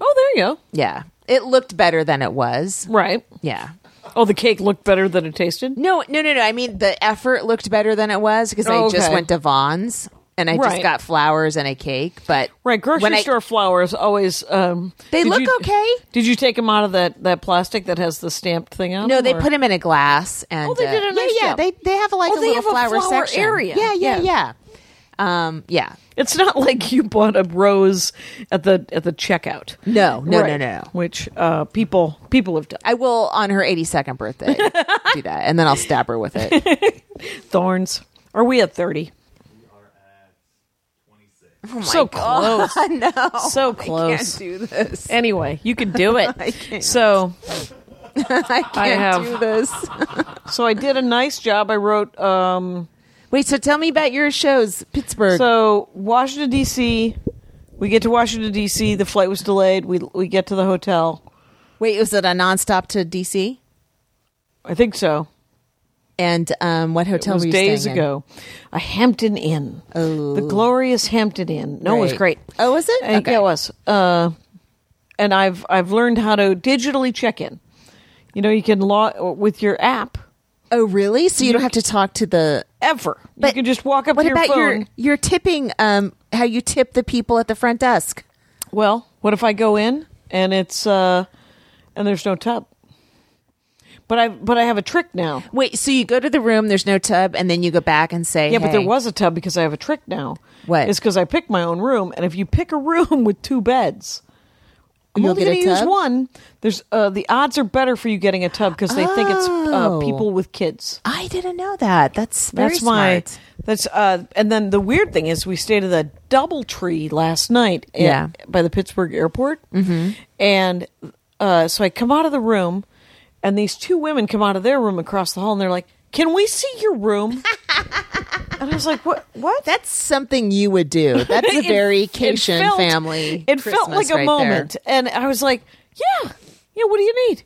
Speaker 3: Oh, there you
Speaker 2: Yeah, it looked better than it was.
Speaker 3: go. Right.
Speaker 2: Yeah.
Speaker 3: Oh, the cake looked better than it tasted?
Speaker 2: No, no, no, no. I mean, the effort looked better than it was because I
Speaker 3: Oh,
Speaker 2: just
Speaker 3: okay.
Speaker 2: went to Vaughn's and I
Speaker 3: Right.
Speaker 2: just got flowers and a cake. But
Speaker 3: Right,
Speaker 2: when
Speaker 3: grocery
Speaker 2: I-
Speaker 3: store flowers always. Um,
Speaker 2: They
Speaker 3: did
Speaker 2: look
Speaker 3: you-
Speaker 2: okay.
Speaker 3: Did you take them out of that, that plastic that has the stamped thing on?
Speaker 2: No,
Speaker 3: them,
Speaker 2: they
Speaker 3: or-
Speaker 2: put them in a glass and
Speaker 3: Oh, they did a
Speaker 2: uh,
Speaker 3: nice
Speaker 2: yeah, yeah.
Speaker 3: job.
Speaker 2: They they have like
Speaker 3: Oh,
Speaker 2: a
Speaker 3: they
Speaker 2: little
Speaker 3: have a
Speaker 2: flower,
Speaker 3: flower
Speaker 2: section.
Speaker 3: area.
Speaker 2: Yeah, yeah,
Speaker 3: Yeah.
Speaker 2: yeah. Um, yeah.
Speaker 3: It's not like you bought a rose at the at the checkout.
Speaker 2: No, no,
Speaker 3: Right.
Speaker 2: no, no.
Speaker 3: Which uh, people people have done.
Speaker 2: I will on her 82nd birthday do that, and then I'll stab her with it.
Speaker 3: Thorns. Are we at thirty? so close. Oh no. So close.
Speaker 2: do this.
Speaker 3: Anyway, you could do it. so
Speaker 2: I can't
Speaker 3: have-
Speaker 2: do this.
Speaker 3: so I did a nice job. I wrote um
Speaker 2: Wait, so tell me about your shows, Pittsburgh.
Speaker 3: so Washington DC. We get to Washington DC, the flight was delayed. We we get to the hotel.
Speaker 2: Wait, was it a nonstop to DC?
Speaker 3: I think so.
Speaker 2: And um, what
Speaker 3: It
Speaker 2: hotel
Speaker 3: was
Speaker 2: were you
Speaker 3: days
Speaker 2: staying in?
Speaker 3: ago. A Hampton Inn. Oh. The glorious Hampton Inn. No, it was
Speaker 2: Right.
Speaker 3: great.
Speaker 2: Oh, was it?
Speaker 3: Uh, Yeah, it was. Uh, and I've I've learned how to digitally check in. You know, you can log with your app
Speaker 2: Oh, really? So you, don't have to talk to the.
Speaker 3: ever. you
Speaker 2: But
Speaker 3: can just walk up
Speaker 2: What
Speaker 3: to your
Speaker 2: about
Speaker 3: phone.
Speaker 2: your your tipping? Um, how you tip the people at the front desk?
Speaker 3: Well, what if I go in and it's uh, and there's no tub? But I but I have a trick now.
Speaker 2: Wait, so you go to the room, there's no tub, and then you go back and say,
Speaker 3: Yeah, but there
Speaker 2: "Hey."
Speaker 3: was a tub because I have a trick now.
Speaker 2: What?
Speaker 3: It's because I pick my own room, and if you pick a room with two beds, I'm
Speaker 2: You'll
Speaker 3: only
Speaker 2: get
Speaker 3: going
Speaker 2: a
Speaker 3: to use
Speaker 2: tub?
Speaker 3: one. There's uh, the odds are better for you getting a tub because they think it's uh,
Speaker 2: Oh.
Speaker 3: people with kids.
Speaker 2: I didn't know that. That's very
Speaker 3: that's my
Speaker 2: smart.
Speaker 3: that's uh and then the weird thing is we stayed at the double tree last night at-
Speaker 2: Yeah.
Speaker 3: by the pittsburgh airport mm-hmm. and uh so i come out of the room and these two women come out of their room across the hall and they're like can we see your room and i was like what what
Speaker 2: That's something you would do. That's a
Speaker 3: It-
Speaker 2: very
Speaker 3: it felt-
Speaker 2: family.
Speaker 3: It felt
Speaker 2: Christmas
Speaker 3: like a
Speaker 2: right there.
Speaker 3: moment, and I was like, "Yeah, yeah. What do you need?"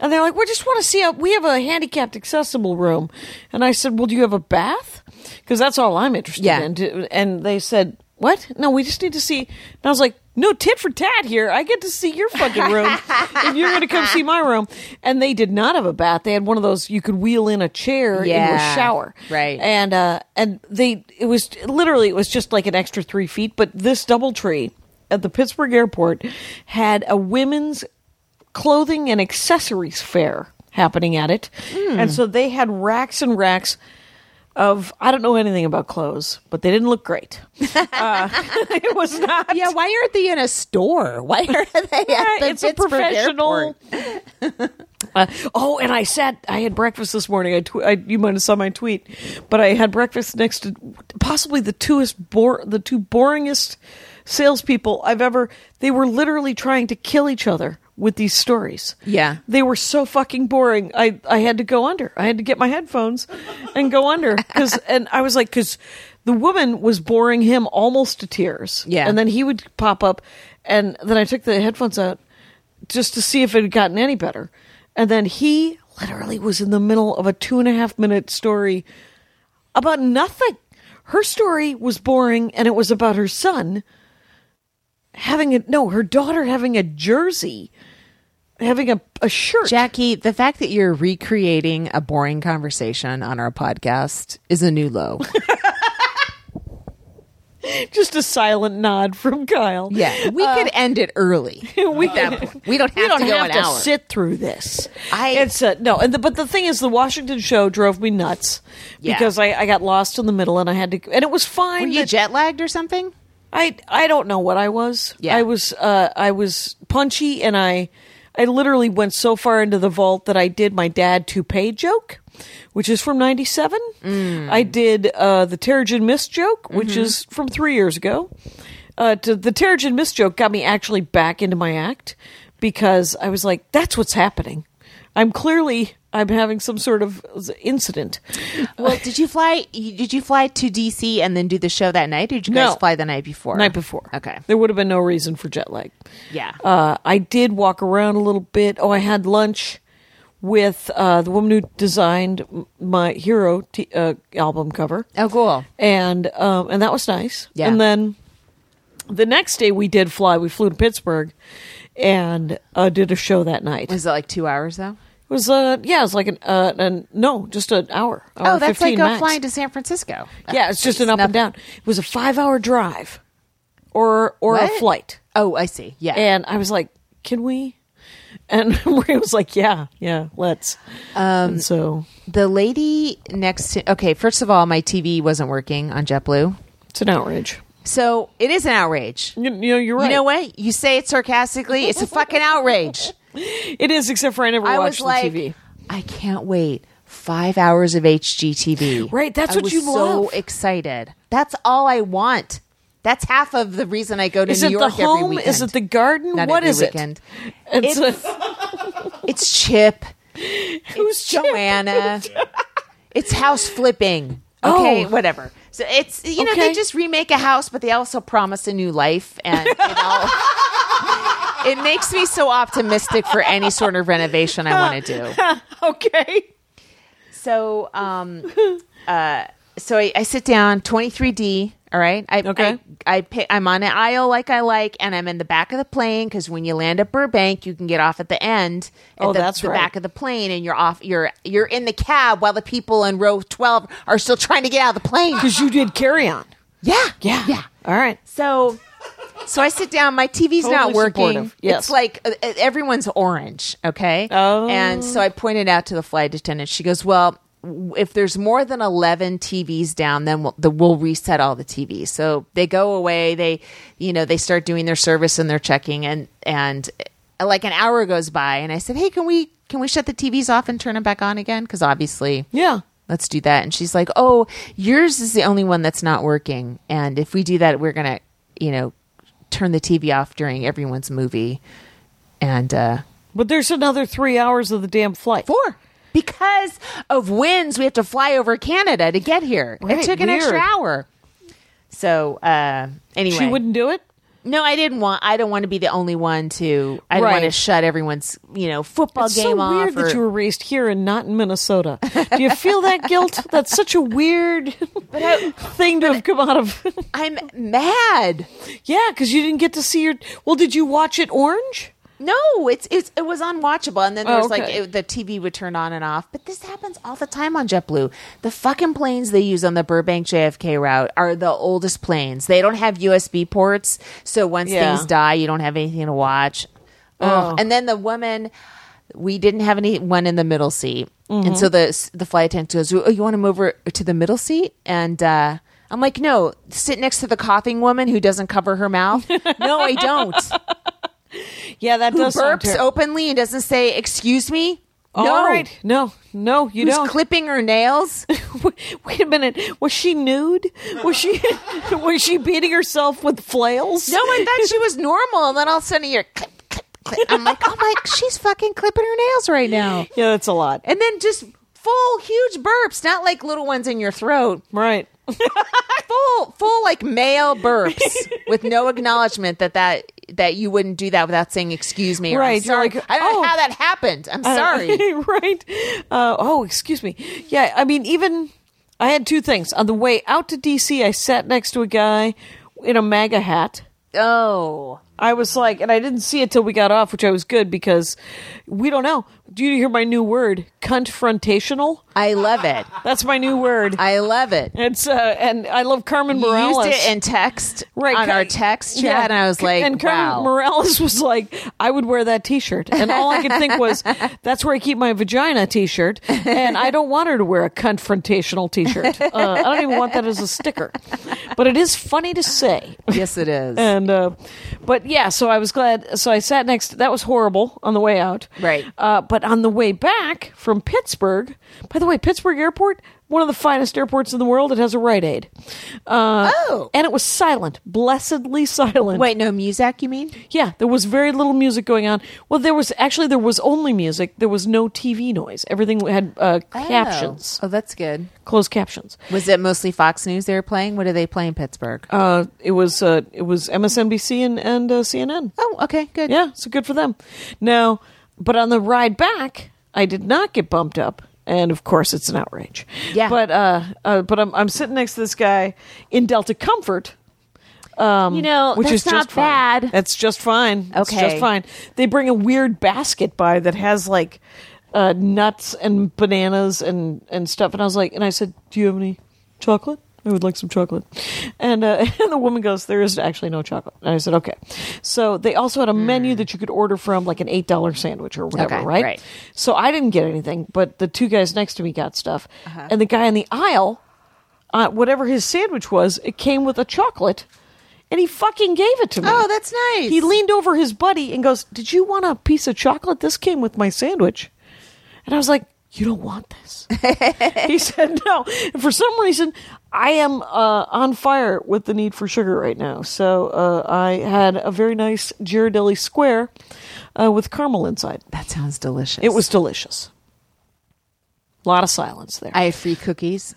Speaker 3: And they're like, "We just want to see. How, we have a handicapped accessible room." And I said, "Well, do you have a bath? Because that's all I'm interested
Speaker 2: Yeah.
Speaker 3: in." To- And they said, "What? No, we just need to see." And I was like. No tit for tat here. I get to see your fucking room if you're going to come see my room. And they did not have a bath. They had one of those you could wheel in a chair into a
Speaker 2: Yeah.
Speaker 3: shower,
Speaker 2: Right.
Speaker 3: and uh and they it was literally it was just like an extra three feet but this double tree at the pittsburgh airport had a women's clothing and accessories fair happening at it and so they had racks and racks of i don't know anything about clothes but they didn't look great uh, it was not
Speaker 2: Yeah, why aren't they in a store? Why are they at
Speaker 3: Yeah,
Speaker 2: the
Speaker 3: it's a
Speaker 2: Pittsburgh
Speaker 3: professional.
Speaker 2: airport?
Speaker 3: Uh, oh, and I sat. I had breakfast this morning. I, tw- I you might have saw my tweet, but I had breakfast next to possibly the twoest bore the two boringest salespeople I've ever. They were literally trying to kill each other with these stories.
Speaker 2: Yeah.
Speaker 3: They were so fucking boring. I, I had to go under. I had to get my headphones and go under. Cause, and I was like, cause the woman was boring him almost to tears.
Speaker 2: Yeah.
Speaker 3: And then he would pop up. And then I took the headphones out just to see if it had gotten any better. And then he literally was in the middle of a two and a half minute story about nothing. Her story was boring and it was about her son having a no, her daughter having a jersey, having a, a shirt.
Speaker 2: Jackie, the fact that you're recreating a boring conversation on our podcast is a new low.
Speaker 3: Just a silent nod from Kyle.
Speaker 2: Yeah, we could end it early.
Speaker 3: we
Speaker 2: Uh, We don't have
Speaker 3: we don't
Speaker 2: to go
Speaker 3: have
Speaker 2: an
Speaker 3: to
Speaker 2: hour.
Speaker 3: sit through this.
Speaker 2: I-
Speaker 3: it's uh, no, and the, but the thing is, the Washington show drove me nuts
Speaker 2: Yeah.
Speaker 3: because I, I got lost in the middle and I had to, and it was fine.
Speaker 2: Were you
Speaker 3: that-
Speaker 2: jet lagged or something?
Speaker 3: I I don't know what I was.
Speaker 2: Yeah.
Speaker 3: I was uh I was punchy and I I literally went so far into the vault that I did my dad toupee joke, which is from ninety seven. I did uh the Terrigen Mist joke, which is from three years ago. Uh to, the Terrigen Mist joke got me actually back into my act because I was like, that's what's happening. I'm clearly I'm having some sort of incident.
Speaker 2: Well, did you fly? you- Did you fly to DC and then do the show that night? Or did you
Speaker 3: No.
Speaker 2: guys fly the night before?
Speaker 3: Night before.
Speaker 2: Okay.
Speaker 3: There would have been no reason for jet lag.
Speaker 2: Yeah.
Speaker 3: Uh, I did walk around a little bit. Oh, I had lunch with uh, the woman who designed m- my Hero t- uh, album cover,
Speaker 2: oh, cool.
Speaker 3: and um, and that was nice.
Speaker 2: Yeah.
Speaker 3: And then the next day we did fly. We flew to Pittsburgh and uh, did a show that night. It
Speaker 2: Was it like two hours though?
Speaker 3: was uh yeah, it was like an uh an, no, just an hour. hour
Speaker 2: oh, that's like
Speaker 3: 15
Speaker 2: uh,
Speaker 3: max.
Speaker 2: flying to San Francisco.
Speaker 3: yeah, it's just an up and
Speaker 2: nothing.
Speaker 3: down. It was a five hour drive, or or a
Speaker 2: What?
Speaker 3: flight.
Speaker 2: Oh, I see. Yeah.
Speaker 3: And I was like, "Can we?" And Maria was like, "Yeah, yeah, let's." Um, so,
Speaker 2: the lady next to okay first of all my tv wasn't working on jetblue
Speaker 3: it's an outrage.
Speaker 2: so it is an outrage
Speaker 3: You, you know, you're right.
Speaker 2: you know what you say it sarcastically it's a fucking outrage
Speaker 3: It is, except for I never
Speaker 2: i
Speaker 3: watched
Speaker 2: was
Speaker 3: the
Speaker 2: like
Speaker 3: TV.
Speaker 2: i can't wait five hours of hgtv
Speaker 3: Right, that's
Speaker 2: I
Speaker 3: what
Speaker 2: was
Speaker 3: you
Speaker 2: so
Speaker 3: love.
Speaker 2: excited that's all i want that's half of the reason i go to
Speaker 3: Is
Speaker 2: new
Speaker 3: it the
Speaker 2: york every
Speaker 3: home?
Speaker 2: weekend
Speaker 3: Is it the garden?
Speaker 2: Not
Speaker 3: What
Speaker 2: every
Speaker 3: is
Speaker 2: weekend.
Speaker 3: it? It's
Speaker 2: It's-
Speaker 3: a-
Speaker 2: it's chip
Speaker 3: who's Chip?
Speaker 2: Joanna. it's house flipping. Okay,
Speaker 3: Oh.
Speaker 2: whatever. So it's you know
Speaker 3: Okay.
Speaker 2: they just remake a house, but they also promise a new life, and you know, it makes me so optimistic for any sort of renovation I want to do.
Speaker 3: okay.
Speaker 2: So, um, uh, so I, I sit down, 23D. All right. I,
Speaker 3: Okay.
Speaker 2: I, I pick, I'm on an aisle like I like, and I'm in the back of the plane because when you land at Burbank, you can get off at the end. At
Speaker 3: Oh,
Speaker 2: the,
Speaker 3: that's
Speaker 2: the
Speaker 3: right.
Speaker 2: back of the plane, and you're off. You're you're in the cab while the people in row 12 are still trying to get out of the plane.
Speaker 3: Because you did carry on.
Speaker 2: Yeah.
Speaker 3: Yeah.
Speaker 2: Yeah.
Speaker 3: All right.
Speaker 2: So, so I sit down. My TV's not
Speaker 3: Totally
Speaker 2: working.
Speaker 3: supportive. Yes.
Speaker 2: It's like uh, uh, everyone's orange. Okay.
Speaker 3: Oh.
Speaker 2: And so I pointed out to the flight attendant. She goes, "Well, w- if there's more than eleven TVs down, then we'll, the, we'll reset all the TVs." So they go away. They, you know, they start doing their service and they're checking. And and uh, like an hour goes by, and I said, "Hey, can we can we shut the TVs off and turn them back on again? Because obviously,
Speaker 3: Yeah.
Speaker 2: let's do that. And she's like, oh, yours is the only one that's not working. And if we do that, we're going to, you know, turn the TV off during everyone's movie. And, uh,
Speaker 3: But there's another three hours of the damn flight.
Speaker 2: four. Because of winds, we have to fly over Canada to get here.
Speaker 3: Right,
Speaker 2: it took an extra
Speaker 3: weird.
Speaker 2: hour. So, uh, anyway.
Speaker 3: She wouldn't do it.
Speaker 2: No, I didn't want, I don't want to be the only one to, I don't
Speaker 3: Right.
Speaker 2: want to shut everyone's, you know, football
Speaker 3: It's
Speaker 2: game
Speaker 3: so
Speaker 2: off.
Speaker 3: weird
Speaker 2: or-
Speaker 3: that you were raised here and not in Minnesota. Do you feel that guilt? That's such a weird thing to have come out of.
Speaker 2: I'm mad.
Speaker 3: yeah, because you didn't get to see your. Well, did you watch it orange?
Speaker 2: No, it's, it's it was unwatchable, and then there
Speaker 3: Oh,
Speaker 2: was like
Speaker 3: okay.
Speaker 2: it, the TV would turn on and off. But this happens all the time on JetBlue. The fucking planes they use on the Burbank JFK route are the oldest planes. They don't have USB ports, so once
Speaker 3: Yeah. Oh.
Speaker 2: things die, you don't have anything to watch. Ugh. And then the woman, we didn't have anyone in the middle seat,
Speaker 3: Mm-hmm.
Speaker 2: and so the the flight attendant goes, "Oh, you want to move over to the middle seat?" And uh, I'm like, "No, sit next to the coughing woman who doesn't cover her mouth." no, I don't
Speaker 3: Yeah, that
Speaker 2: who
Speaker 3: does sound
Speaker 2: burps
Speaker 3: terrible.
Speaker 2: openly and doesn't say excuse me
Speaker 3: All right. No, no, you
Speaker 2: Who's
Speaker 3: don't.
Speaker 2: clipping her nails?
Speaker 3: Wait a minute. Was she nude? Was she was she beating herself with flails?
Speaker 2: No, I thought she was normal, and then all of a sudden you're clip, clip, clip. I'm like, oh my, she's fucking clipping her nails right now.
Speaker 3: Yeah, that's a lot.
Speaker 2: And then just full huge burps, not like little ones in your throat.
Speaker 3: Right.
Speaker 2: Full, full like male burps with no acknowledgement that that that you wouldn't do that without saying excuse me. Or,
Speaker 3: Right,
Speaker 2: I'm sorry.
Speaker 3: you're like,
Speaker 2: I don't
Speaker 3: oh.
Speaker 2: know how that happened. I'm sorry.
Speaker 3: right. Uh, oh, excuse me. Yeah, I mean, even I had two things. On the way out to DC, I sat next to a guy in a MAGA hat.
Speaker 2: oh,
Speaker 3: I was like, and I didn't see it till we got off, which I was good because we don't know. Do you hear my new word? Confrontational.
Speaker 2: I love it.
Speaker 3: That's my new word.
Speaker 2: I love it.
Speaker 3: It's uh, and I love Carmen
Speaker 2: You
Speaker 3: Morales.
Speaker 2: used it in text on
Speaker 3: Car-
Speaker 2: our text chat,
Speaker 3: yeah.
Speaker 2: and I was like,
Speaker 3: and
Speaker 2: wow.
Speaker 3: Carmen Morales was like, I would wear that T-shirt, and all I could think was, that's where I keep my vagina T-shirt, and I don't want her to wear a confrontational T-shirt. Uh, I don't even want that as a sticker, but it is funny to say.
Speaker 2: yes, it is.
Speaker 3: And uh, but yeah, so I was glad. So I sat next. That was horrible on the way out,
Speaker 2: Right.
Speaker 3: Uh, but on the way back from Pittsburgh, by the way, Pittsburgh Airport, one of the finest airports in the world. It has a Rite Aid. Uh,
Speaker 2: Oh.
Speaker 3: and it was silent, blessedly silent.
Speaker 2: Wait, no, Muzak, you mean?
Speaker 3: Yeah, there was very little music going on. Well, there was actually there was only music. There was no TV noise. Everything had uh, captions,
Speaker 2: Oh, that's good.
Speaker 3: closed captions.
Speaker 2: Was it mostly Fox News they were playing? What do they play in Pittsburgh? Oh,
Speaker 3: Uh, it was uh, it was MSNBC and and uh, CNN.
Speaker 2: oh, okay, good.
Speaker 3: Yeah, so good for them. Now, but on the ride back, I did not get bumped up. And of course, it's an outrage.
Speaker 2: Yeah.
Speaker 3: But uh, uh but I'm I'm sitting next to this guy in Delta Comfort, um,
Speaker 2: you know,
Speaker 3: which
Speaker 2: that's
Speaker 3: is
Speaker 2: not
Speaker 3: just fine.
Speaker 2: bad.
Speaker 3: That's just fine. It's
Speaker 2: Okay.
Speaker 3: just fine. They bring a weird basket by that has like uh, nuts and bananas and and stuff. And I was like, and I said, "Do you have any chocolate? I would like some chocolate." And uh, and the woman goes, "There is actually no chocolate." And I said, "Okay." So they also had a menu that you could order from, like an eight dollar sandwich or whatever,
Speaker 2: Hmm. Okay,
Speaker 3: right?
Speaker 2: right.
Speaker 3: So I didn't get anything, but the two guys next to me got stuff,
Speaker 2: Uh-huh.
Speaker 3: and the guy in the aisle uh, whatever his sandwich was, it came with a chocolate, and he fucking gave it to me.
Speaker 2: Oh, that's nice.
Speaker 3: He leaned over his buddy and goes, "Did you want a piece of chocolate? This came with my sandwich." And I was like, "You don't want this." he said, "No." And for some reason, I am uh, on fire with the need for sugar right now. So uh, I had a very nice Ghirardelli square uh, with caramel inside.
Speaker 2: that sounds delicious.
Speaker 3: It was delicious. A lot of silence there.
Speaker 2: I had free cookies.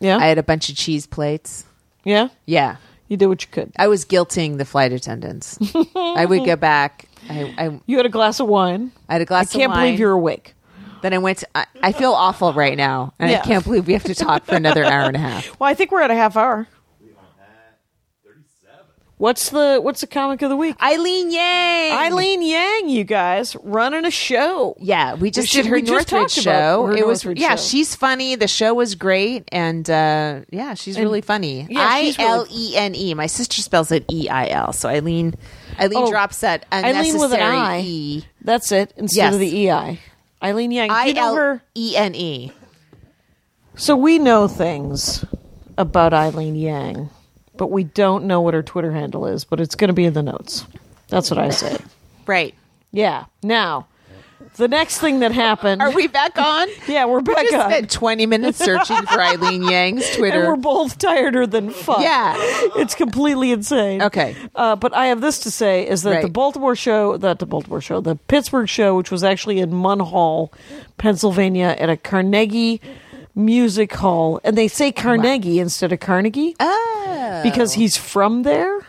Speaker 3: yeah,
Speaker 2: I had a bunch of cheese plates.
Speaker 3: yeah.
Speaker 2: Yeah.
Speaker 3: You did what you could.
Speaker 2: I was guilting the flight attendants. I would go back. I, I,
Speaker 3: You had a glass of wine.
Speaker 2: I had a glass
Speaker 3: I can't
Speaker 2: of wine.
Speaker 3: believe you're awake.
Speaker 2: Then I went to, I, I feel awful right now. And
Speaker 3: Yeah.
Speaker 2: I can't believe we have to talk for another hour and a half.
Speaker 3: Well, I think we're at a half hour. What's the what's the comic of the week?
Speaker 2: Eileen Yang.
Speaker 3: Eileen Yang, you guys running a show.
Speaker 2: Yeah, we just
Speaker 3: should-
Speaker 2: did her
Speaker 3: we just
Speaker 2: Northridge
Speaker 3: talked about
Speaker 2: show.
Speaker 3: her
Speaker 2: it was
Speaker 3: Northridge
Speaker 2: yeah,
Speaker 3: show.
Speaker 2: she's funny. The show was great, and uh, yeah, she's really funny.
Speaker 3: yeah,
Speaker 2: I
Speaker 3: she's really-
Speaker 2: L E N E. My sister spells it E I L. So Eileen, Eileen
Speaker 3: Oh,
Speaker 2: drops that
Speaker 3: Eileen with an
Speaker 2: unnecessary
Speaker 3: I.
Speaker 2: E.
Speaker 3: That's it instead
Speaker 2: Yes.
Speaker 3: of the EI. Eileen Yang. Do
Speaker 2: I
Speaker 3: you know
Speaker 2: L
Speaker 3: her?
Speaker 2: E N E.
Speaker 3: So we know things about Eileen Yang, but we don't know what her Twitter handle is. But it's going to be in the notes. That's what I say.
Speaker 2: Right.
Speaker 3: yeah. Now, the next thing that happened.
Speaker 2: Are we back on?
Speaker 3: yeah, we're
Speaker 2: We
Speaker 3: back
Speaker 2: just
Speaker 3: up.
Speaker 2: spent twenty minutes searching for Eileen Yang's
Speaker 3: and
Speaker 2: Twitter.
Speaker 3: we're both tireder than fuck.
Speaker 2: Yeah.
Speaker 3: it's completely insane.
Speaker 2: Okay.
Speaker 3: uh, but I have this to say is that the
Speaker 2: Right.
Speaker 3: Baltimore show, that the Baltimore show, the Pittsburgh show, which was actually in Munn Hall, Pennsylvania, at a Carnegie Music Hall, and they say Carnegie instead of Carnegie
Speaker 2: Oh.
Speaker 3: because he's from there,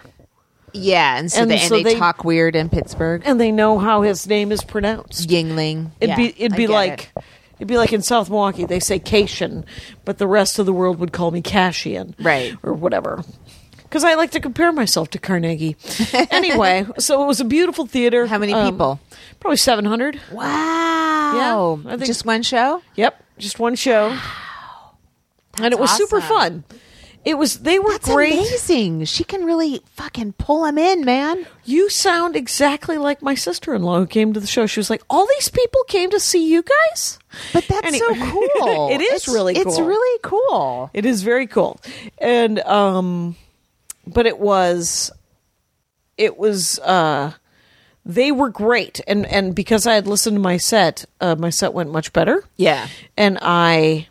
Speaker 2: yeah, and so
Speaker 3: And
Speaker 2: they,
Speaker 3: so
Speaker 2: and they
Speaker 3: they-
Speaker 2: talk weird in Pittsburgh.
Speaker 3: and they know how his name is pronounced.
Speaker 2: Yingling.
Speaker 3: It'd
Speaker 2: Yeah,
Speaker 3: be it'd
Speaker 2: I
Speaker 3: be
Speaker 2: get
Speaker 3: like
Speaker 2: it.
Speaker 3: it. would be like in South Milwaukee they say Cation, but the rest of the world would call me Cashian,
Speaker 2: Right.
Speaker 3: or whatever. Because I like to compare myself to Carnegie. anyway, so it was a beautiful theater. Um,
Speaker 2: How many people?
Speaker 3: Probably seven hundred.
Speaker 2: Wow.
Speaker 3: Yeah, I think-
Speaker 2: Just one show?
Speaker 3: Yep, just one show, and it was super
Speaker 2: awesome.
Speaker 3: fun. It was. They were
Speaker 2: That's
Speaker 3: great.
Speaker 2: amazing. She can really fucking pull him in, man.
Speaker 3: You sound exactly like my sister-in-law who came to the show. She was like, "All these people came to see you guys."
Speaker 2: But that's
Speaker 3: Anyway.
Speaker 2: so cool.
Speaker 3: It is
Speaker 2: It's-
Speaker 3: really
Speaker 2: It's
Speaker 3: cool.
Speaker 2: really cool.
Speaker 3: It is very cool. And um but it was it was uh they were great, and and because I had listened to my set, uh, my set went much better.
Speaker 2: Yeah.
Speaker 3: and I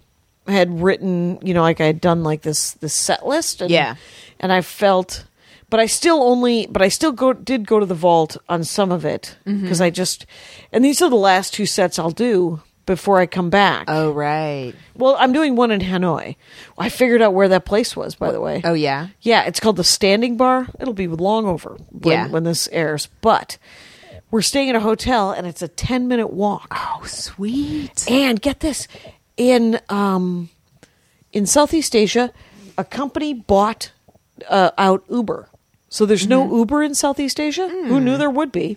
Speaker 3: had written, you know, like I had done like this this set list. And,
Speaker 2: Yeah.
Speaker 3: and I felt, but I still only, but I still go did go to the vault on some of it
Speaker 2: Mm-hmm.
Speaker 3: because I just, and these are the last two sets I'll do before I come back.
Speaker 2: Oh right.
Speaker 3: Well, I'm doing one in Hanoi. I figured out where that place was, by the way.
Speaker 2: Oh yeah.
Speaker 3: Yeah, it's called the Standing Bar. It'll be long over when,
Speaker 2: Yeah.
Speaker 3: when this airs, but we're staying at a hotel and it's a 10 minute walk.
Speaker 2: Oh sweet.
Speaker 3: And get this, in um, in Southeast Asia, a company bought uh, out Uber. So there's
Speaker 2: Mm-hmm.
Speaker 3: no Uber in Southeast Asia.
Speaker 2: Mm.
Speaker 3: Who knew there would be?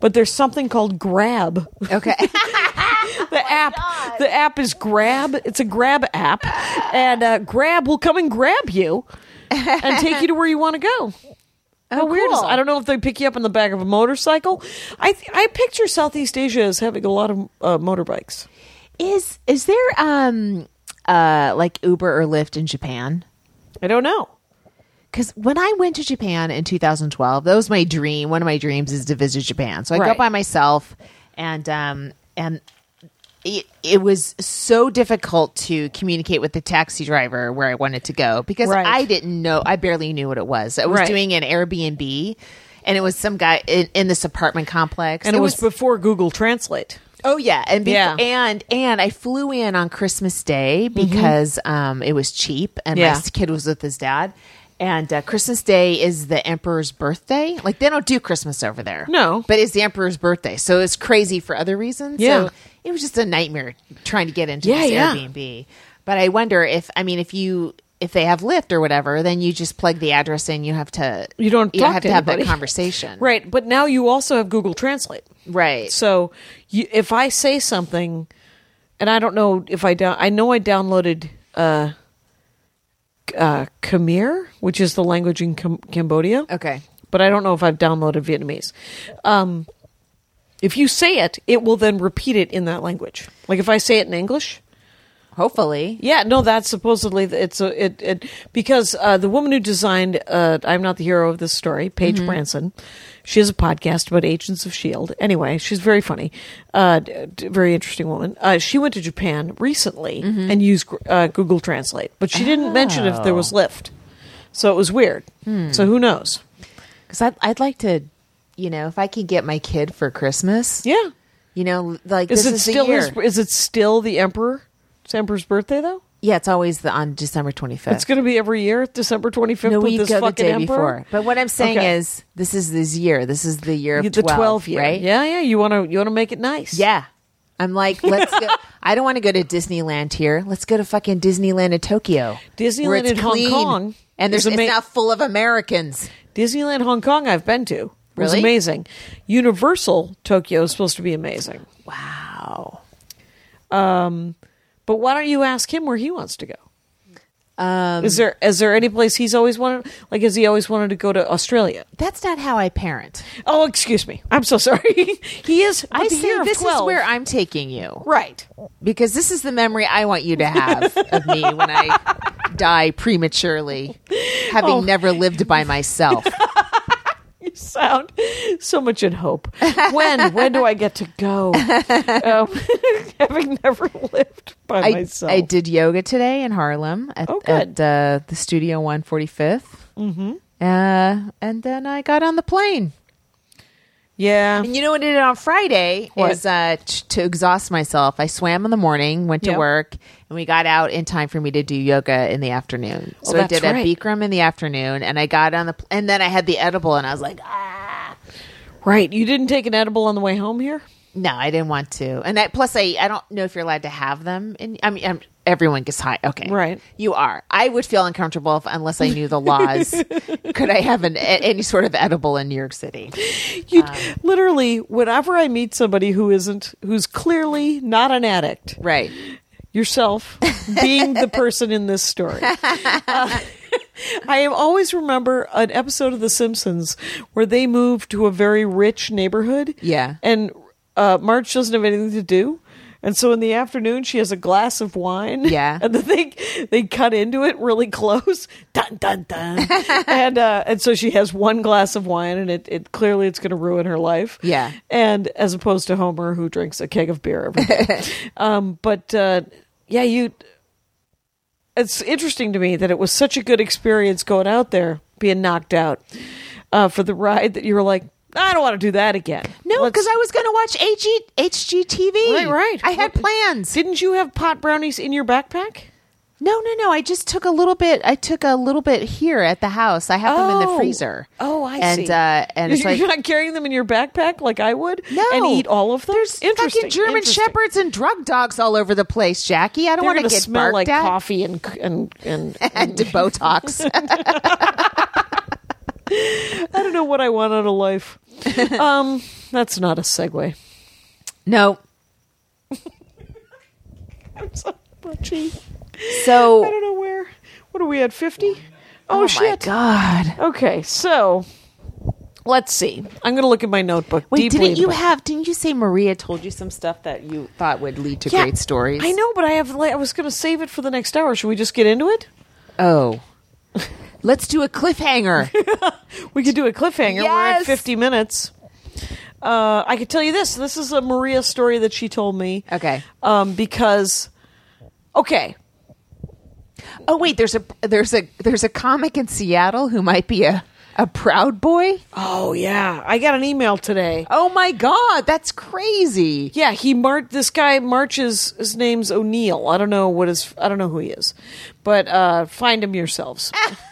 Speaker 3: But there's something called Grab.
Speaker 2: Okay.
Speaker 3: The app, the app is Grab. It's a Grab app, and uh, Grab will come and grab you and take you to where you want to go. How weird is
Speaker 2: Oh, cool.
Speaker 3: I don't know if they pick you up in the back of a motorcycle. I th- I picture Southeast Asia as having a lot of uh, motorbikes.
Speaker 2: is is there um uh like Uber or Lyft in Japan?
Speaker 3: I don't know.
Speaker 2: Because when I went to Japan in 2012, that was my dream. One of my dreams is to visit Japan. So I go
Speaker 3: Right.
Speaker 2: by myself, and um, and it, it was so difficult to communicate with the taxi driver where I wanted to go because
Speaker 3: Right.
Speaker 2: I didn't know. I barely knew what it was. I was
Speaker 3: Right.
Speaker 2: doing an Airbnb, and it was some guy in, in this apartment complex,
Speaker 3: and it, was, before Google Translate.
Speaker 2: Oh yeah, and befo-
Speaker 3: Yeah. Mm-hmm.
Speaker 2: and and I flew in on Christmas Day because um, it was cheap, and
Speaker 3: Yeah.
Speaker 2: my s- kid was with his dad. And uh, Christmas Day is the Emperor's birthday. Like they don't do Christmas over there,
Speaker 3: No.
Speaker 2: but it's the Emperor's birthday, so it's crazy for other reasons.
Speaker 3: Yeah.
Speaker 2: so it was just a nightmare trying to get into
Speaker 3: Yeah,
Speaker 2: this
Speaker 3: yeah.
Speaker 2: Airbnb. But I wonder if I mean if you if they have Lyft or whatever, then you just plug the address in. You have to
Speaker 3: You don't
Speaker 2: you
Speaker 3: talk
Speaker 2: have
Speaker 3: to
Speaker 2: to, have that
Speaker 3: anybody.
Speaker 2: conversation,
Speaker 3: Right, but now you also have Google Translate.
Speaker 2: Right.
Speaker 3: So you, if I say something, and I don't know if I down, I know I downloaded uh, uh, Khmer, which is the language in Cam- Cambodia.
Speaker 2: Okay.
Speaker 3: but I don't know if I've downloaded Vietnamese. Um, if you say it, it will then repeat it in that language. Like if I say it in English,
Speaker 2: Hopefully,
Speaker 3: Yeah, no, that's supposedly the- it's a it, it because uh, the woman who designed uh, "I'm Not the Hero of This Story," Paige
Speaker 2: Mm-hmm.
Speaker 3: Branson, she has a podcast about Agents of Shield. E Anyway, she's very funny, uh, d- d- very interesting woman. Uh, she went to Japan recently
Speaker 2: Mm-hmm.
Speaker 3: and used gr- uh, Google Translate, but she didn't mention if there
Speaker 2: Oh.
Speaker 3: was Lyft, so it was weird.
Speaker 2: Hmm.
Speaker 3: So who knows?
Speaker 2: because I'd, I'd like to, you know, if I could get my kid for Christmas,
Speaker 3: Yeah,
Speaker 2: you know, like
Speaker 3: is
Speaker 2: this
Speaker 3: it
Speaker 2: is
Speaker 3: still
Speaker 2: the year.
Speaker 3: his, is it still the Emperor? It's Emperor's birthday though.
Speaker 2: yeah, it's always the on December twenty
Speaker 3: It's
Speaker 2: fifth.
Speaker 3: going to be every year, December twenty fifth.
Speaker 2: No,
Speaker 3: with
Speaker 2: we
Speaker 3: this
Speaker 2: go the
Speaker 3: fucking
Speaker 2: day
Speaker 3: emperor?
Speaker 2: before. But what I'm saying
Speaker 3: Okay.
Speaker 2: is, this is this year. This is the year of
Speaker 3: the 12,
Speaker 2: 12,
Speaker 3: year.
Speaker 2: right?
Speaker 3: Yeah, yeah. You want to you want to make it nice.
Speaker 2: yeah. I'm like, let's go. I don't want to go to Disneyland here. Let's go to fucking Disneyland in Tokyo. where
Speaker 3: Disneyland
Speaker 2: it's
Speaker 3: in Hong
Speaker 2: clean,
Speaker 3: Kong
Speaker 2: and
Speaker 3: is
Speaker 2: there's it's
Speaker 3: ama-
Speaker 2: now full of Americans.
Speaker 3: Disneyland Hong Kong. I've been to. It was
Speaker 2: Really?
Speaker 3: amazing. Universal Tokyo is supposed to be amazing. Um,
Speaker 2: Wow.
Speaker 3: But why don't you ask him where he wants to go? Um, is there is there any place he's always wanted? Like, has he always wanted to go to Australia?
Speaker 2: That's not how I parent.
Speaker 3: Oh, excuse me. I'm so sorry. he is.
Speaker 2: I
Speaker 3: but the year
Speaker 2: say
Speaker 3: of
Speaker 2: this
Speaker 3: 12.
Speaker 2: is where I'm taking you.
Speaker 3: right.
Speaker 2: because this is the memory I want you to have of me when I die prematurely, having
Speaker 3: Oh.
Speaker 2: never lived by myself.
Speaker 3: You sound so much in hope. When when do I get to go? um, having never lived by
Speaker 2: I,
Speaker 3: myself.
Speaker 2: I did yoga today in Harlem at,
Speaker 3: Oh,
Speaker 2: at
Speaker 3: good.
Speaker 2: uh, the Studio 145th. Mm-hmm. Uh, and then I got on the plane.
Speaker 3: Yeah.
Speaker 2: And you know what I did on Friday
Speaker 3: What?
Speaker 2: is uh, ch- to exhaust myself. I swam in the morning, went to
Speaker 3: Yeah.
Speaker 2: work, and we got out in time for me to do yoga in the afternoon. So I
Speaker 3: Oh, that's
Speaker 2: did
Speaker 3: right.
Speaker 2: a Bikram in the afternoon, and I got on the pl- and then I had the edible, and I was like, "Ah."
Speaker 3: Right. You didn't take an edible on the way home here?
Speaker 2: No, I didn't want to. And I, plus, I, I don't know if you're allowed to have them. And I mean, I'm, everyone gets high. Okay,
Speaker 3: Right.
Speaker 2: You are. I would feel uncomfortable if, unless I knew the laws. Could I have an, a- any sort of edible in New York City?
Speaker 3: You
Speaker 2: Um.
Speaker 3: literally whenever I meet somebody who isn't who's clearly not an addict.
Speaker 2: Right.
Speaker 3: Yourself being the person in this story. Uh, I always remember an episode of The Simpsons where they move to a very rich neighborhood.
Speaker 2: Yeah.
Speaker 3: And uh, Marge doesn't have anything to do. And so in the afternoon, she has a glass of wine.
Speaker 2: Yeah.
Speaker 3: and then they they cut into it really close. Dun dun dun. and uh, and so she has one glass of wine, and it, it clearly it's going to ruin her life.
Speaker 2: Yeah.
Speaker 3: And as opposed to Homer, who drinks a keg of beer every day. um, but uh, yeah, you. It's interesting to me that it was such a good experience going out there, being knocked out uh, for the ride that you were like, I don't want to do that again.
Speaker 2: No,
Speaker 3: Let's-
Speaker 2: because I was going to watch HG, HGTV.
Speaker 3: Right, right.
Speaker 2: I had
Speaker 3: What-
Speaker 2: plans.
Speaker 3: didn't you have pot brownies in your backpack?
Speaker 2: No, no, no. I just took a little bit. I took a little bit here at the house. I have them in the freezer.
Speaker 3: Oh, I
Speaker 2: and,
Speaker 3: see.
Speaker 2: Uh, and it's
Speaker 3: you're,
Speaker 2: like
Speaker 3: you're not carrying them in your backpack like I would.
Speaker 2: no,
Speaker 3: and eat all of them.
Speaker 2: There's
Speaker 3: interesting.
Speaker 2: fucking German
Speaker 3: interesting.
Speaker 2: shepherds and drug dogs all over the place, Jackie. I don't
Speaker 3: They're
Speaker 2: want to
Speaker 3: gonna
Speaker 2: get
Speaker 3: smell
Speaker 2: barked
Speaker 3: like
Speaker 2: at
Speaker 3: coffee and and and.
Speaker 2: and Botox.
Speaker 3: I don't know what I want out of life. um, that's not a segue.
Speaker 2: no,
Speaker 3: I'm so gee, I
Speaker 2: so
Speaker 3: don't know where. What are we at? Fifty? Oh,
Speaker 2: oh my
Speaker 3: shit.
Speaker 2: god.
Speaker 3: Okay, so let's see. I'm gonna look at my notebook.
Speaker 2: Wait,
Speaker 3: deeply
Speaker 2: didn't you
Speaker 3: into-
Speaker 2: have? Didn't you say Maria told you some stuff that you thought would lead to
Speaker 3: Yeah,
Speaker 2: great stories?
Speaker 3: I know, but I have. Like, I was gonna save it for the next hour. Should we just get into it?
Speaker 2: Oh, let's do a cliffhanger.
Speaker 3: We could do a cliffhanger. We're at
Speaker 2: Yes.
Speaker 3: 50 minutes. Uh, I could tell you this. This is a Maria story that she told me.
Speaker 2: Okay.
Speaker 3: Um, because, okay,
Speaker 2: Oh wait, there's a there's a there's a comic in Seattle who might be a a proud boy.
Speaker 3: oh yeah, I got an email today.
Speaker 2: Oh my god, that's crazy.
Speaker 3: Yeah, he mar- This guy marches. His name's O'Neill. I don't know what his. I don't know who he is, but uh, find him yourselves.
Speaker 2: Ah.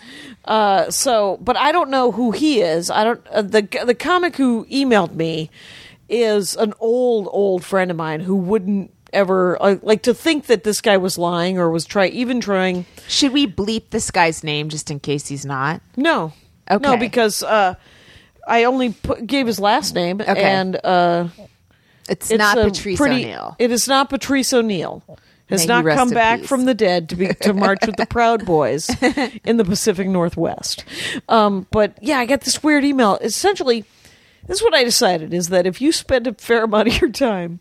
Speaker 3: uh, so, but I don't know who he is. I don't. Uh, the the comic who emailed me is an old old friend of mine who wouldn't ever uh, like to think that this guy was lying or was try even trying.
Speaker 2: Should we bleep this guy's name just in case he's not?
Speaker 3: No, no,
Speaker 2: Okay.
Speaker 3: because uh, I only put, gave his last name
Speaker 2: Okay.
Speaker 3: and. Uh,
Speaker 2: It's,
Speaker 3: it's
Speaker 2: not
Speaker 3: a
Speaker 2: Patrice
Speaker 3: pretty-
Speaker 2: O'Neill.
Speaker 3: It is not Patrice O'Neill. Has
Speaker 2: May he
Speaker 3: not
Speaker 2: rest
Speaker 3: come
Speaker 2: in
Speaker 3: back
Speaker 2: peace.
Speaker 3: from the dead to be to march with the Proud Boys in the Pacific Northwest. Um, but yeah, I got this weird email. Essentially, this is what I decided is that if you spend a fair amount of your time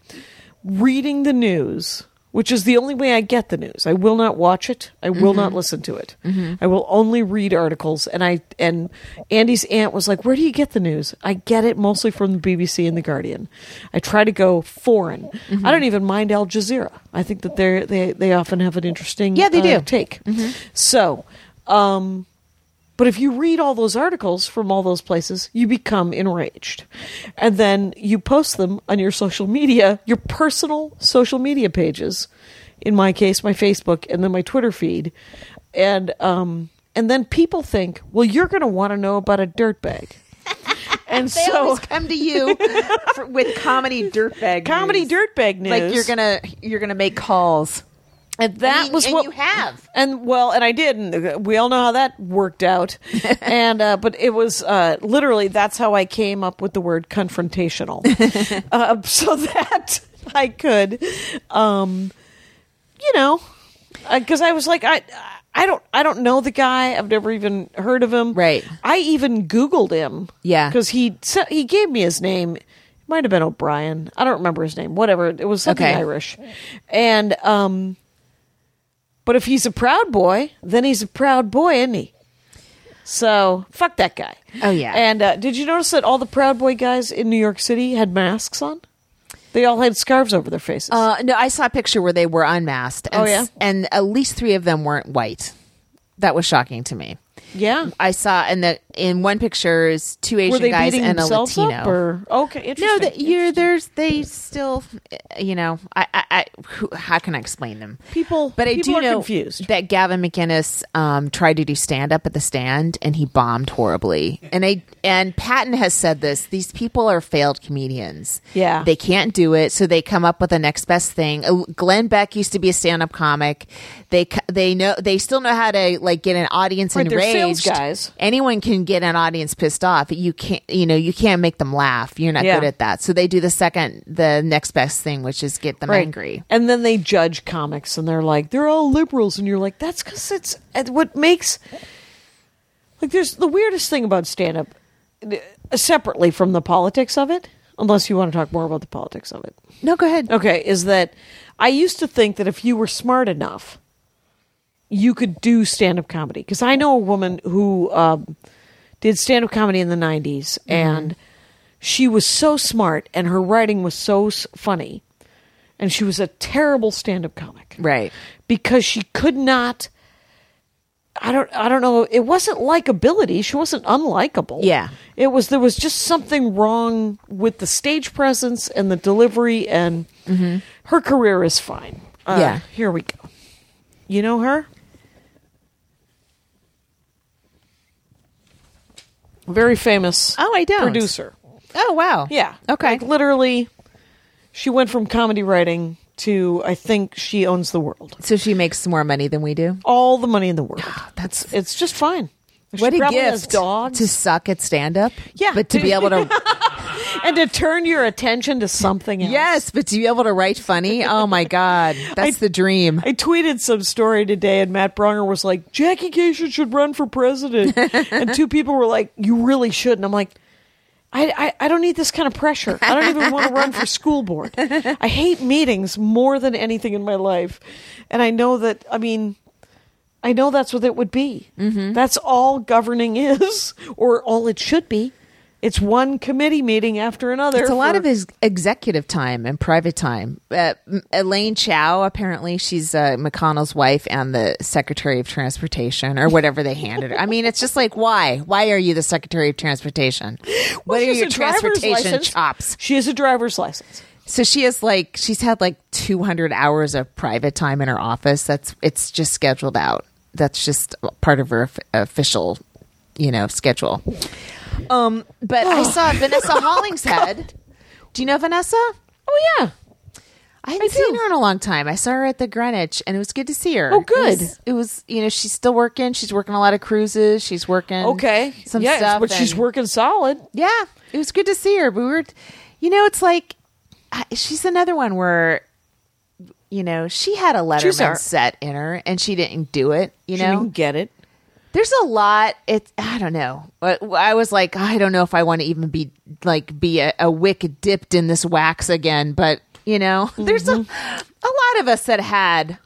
Speaker 3: reading the news, which is the only way I get the news. I will not watch it. I will
Speaker 2: Mm-hmm.
Speaker 3: not listen to it. I will only read articles. And I and Andy's aunt was like, "Where do you get the news?" I get it mostly from the BBC and the Guardian. I try to go foreign.
Speaker 2: Mm-hmm.
Speaker 3: I don't even mind Al Jazeera. I think that they they they often have an interesting
Speaker 2: Yeah, they do.
Speaker 3: uh,
Speaker 2: Mm-hmm.
Speaker 3: take. So, um, but if you read all those articles from all those places, you become enraged. And then you post them on your social media, your personal social media pages. In my case, my Facebook and then my Twitter feed. And um and then people think, "Well, you're going to want to know about a dirtbag." and
Speaker 2: They
Speaker 3: so
Speaker 2: always come to you for, with comedy dirtbag.
Speaker 3: comedy
Speaker 2: news.
Speaker 3: dirtbag news.
Speaker 2: Like you're gonna you're gonna make calls.
Speaker 3: And that
Speaker 2: you-
Speaker 3: was
Speaker 2: and
Speaker 3: what
Speaker 2: you have.
Speaker 3: and well, and I did, and we all know how that worked out. and uh, but it was uh, literally that's how I came up with the word confrontational, uh, so that I could, um, you know, because I was like I. I don't. I don't know the guy. I've never even heard of him.
Speaker 2: Right.
Speaker 3: I even Googled him.
Speaker 2: Yeah.
Speaker 3: Because he sa- he gave me his name. It might have been O'Brien. I don't remember his name. Whatever. It was something
Speaker 2: Okay.
Speaker 3: Irish. And um, but if he's a proud boy, then he's a proud boy, isn't he? So fuck that guy.
Speaker 2: Oh, yeah.
Speaker 3: And uh, did you notice that all the proud boy guys in New York City had masks on? They all had scarves over their faces.
Speaker 2: Uh, no, I saw a picture where they were unmasked. And,
Speaker 3: Oh, yeah?
Speaker 2: s- and at least three of them weren't white. That was shocking to me.
Speaker 3: yeah.
Speaker 2: I saw in the in one picture is two Asian
Speaker 3: Were they
Speaker 2: guys
Speaker 3: beating
Speaker 2: and a
Speaker 3: themselves
Speaker 2: Latino.
Speaker 3: up or okay? Interesting.
Speaker 2: no, that you're there's they still, uh, you know, I, I, I who, how can I explain them?
Speaker 3: People-
Speaker 2: but I
Speaker 3: people
Speaker 2: do
Speaker 3: are
Speaker 2: know
Speaker 3: confused.
Speaker 2: that Gavin McInnes um, tried to do stand up at the stand and he bombed horribly. And I and Patton has said this: these people are failed comedians.
Speaker 3: Yeah.
Speaker 2: they can't do it, so they come up with the next best thing. Uh, Glenn Beck used to be a stand up comic. They c- they know they still know how to like get an audience
Speaker 3: Right, they're
Speaker 2: enraged.
Speaker 3: sales guys.
Speaker 2: Anyone can get an audience pissed off. You can't, you know, you can't make them laugh. You're not
Speaker 3: Yeah.
Speaker 2: good at that. So they do the second, the next best thing, which is get them
Speaker 3: Right.
Speaker 2: angry.
Speaker 3: And then they judge comics, and they're like, they're all liberals, and you're like, that's because it's and what makes. Like, there's the weirdest thing about stand up, separately from the politics of it, unless you want to talk more about the politics of it.
Speaker 2: No, go ahead.
Speaker 3: Okay, is that I used to think that if you were smart enough, you could do stand up comedy. Because I know a woman who um, did stand up comedy in the 90s, and she was so smart, and her writing was so s- funny, and she was a terrible stand up comic
Speaker 2: Right.
Speaker 3: because she could not. I don't. I don't know. It wasn't likability. She wasn't unlikable.
Speaker 2: Yeah.
Speaker 3: It was. There was just something wrong with the stage presence and the delivery. And her career is fine. Uh,
Speaker 2: Mm-hmm. Yeah.
Speaker 3: Here we go. You know her. Very famous.
Speaker 2: Oh, I don't.
Speaker 3: Producer.
Speaker 2: Oh, wow.
Speaker 3: Yeah.
Speaker 2: Okay.
Speaker 3: Like, literally, she went from comedy writing to I think she owns the world
Speaker 2: so she makes more money than we do.
Speaker 3: all the money in the world.
Speaker 2: that's-
Speaker 3: it's, it's just fine.
Speaker 2: What
Speaker 3: she
Speaker 2: a
Speaker 3: probably has
Speaker 2: gift
Speaker 3: dogs
Speaker 2: to suck at stand up.
Speaker 3: Yeah.
Speaker 2: But to be able to
Speaker 3: and to turn your attention to something else.
Speaker 2: Yes, but to be able to write funny. Oh my god. That's
Speaker 3: I-
Speaker 2: the dream.
Speaker 3: I tweeted some story today, and Matt Bronger was like, "Jackie Cation should run for president," and two people were like, "You really should," and I'm like. I, I, I don't need this kind of pressure. I don't even want to run for school board. I hate meetings more than anything in my life. And I know that, I mean, I know that's what it would be.
Speaker 2: Mm-hmm.
Speaker 3: That's all governing is, or all it should be. It's one committee meeting after another.
Speaker 2: It's a lot
Speaker 3: for-
Speaker 2: of his executive time and private time. Uh, M- Elaine Chao, apparently, she's uh, McConnell's wife and the Secretary of Transportation or whatever they handed her. I mean, it's just like, why? Why are you the Secretary of Transportation? What
Speaker 3: Well,
Speaker 2: are
Speaker 3: she has
Speaker 2: your
Speaker 3: a driver's
Speaker 2: transportation
Speaker 3: license.
Speaker 2: chops?
Speaker 3: She has a driver's license.
Speaker 2: So she has like, she's had like 200 hours of private time in her office. That's, it's just scheduled out. That's just part of her of- official, you know, schedule. Um, but I saw Vanessa Hollingshead. Do you know Vanessa?
Speaker 3: Oh yeah,
Speaker 2: I haven't seen her in a long time. I saw her at the Greenwich, and it was good to see her.
Speaker 3: Oh, good.
Speaker 2: It was, it was, you know, she's still working. She's working a lot of cruises. She's working
Speaker 3: okay,
Speaker 2: some
Speaker 3: yes,
Speaker 2: stuff,
Speaker 3: but she's
Speaker 2: and-
Speaker 3: working solid.
Speaker 2: Yeah, it was good to see her. But we were, you know, it's like I- she's another one where, you know, she had a
Speaker 3: She's our-
Speaker 2: Letterman set in her, and she didn't do it. You
Speaker 3: She
Speaker 2: know,
Speaker 3: didn't get it.
Speaker 2: there's a lot. It's I don't know. But I was like, I don't know if I want to even be like be a, a wick dipped in this wax again. But you know, there's a a lot of us that had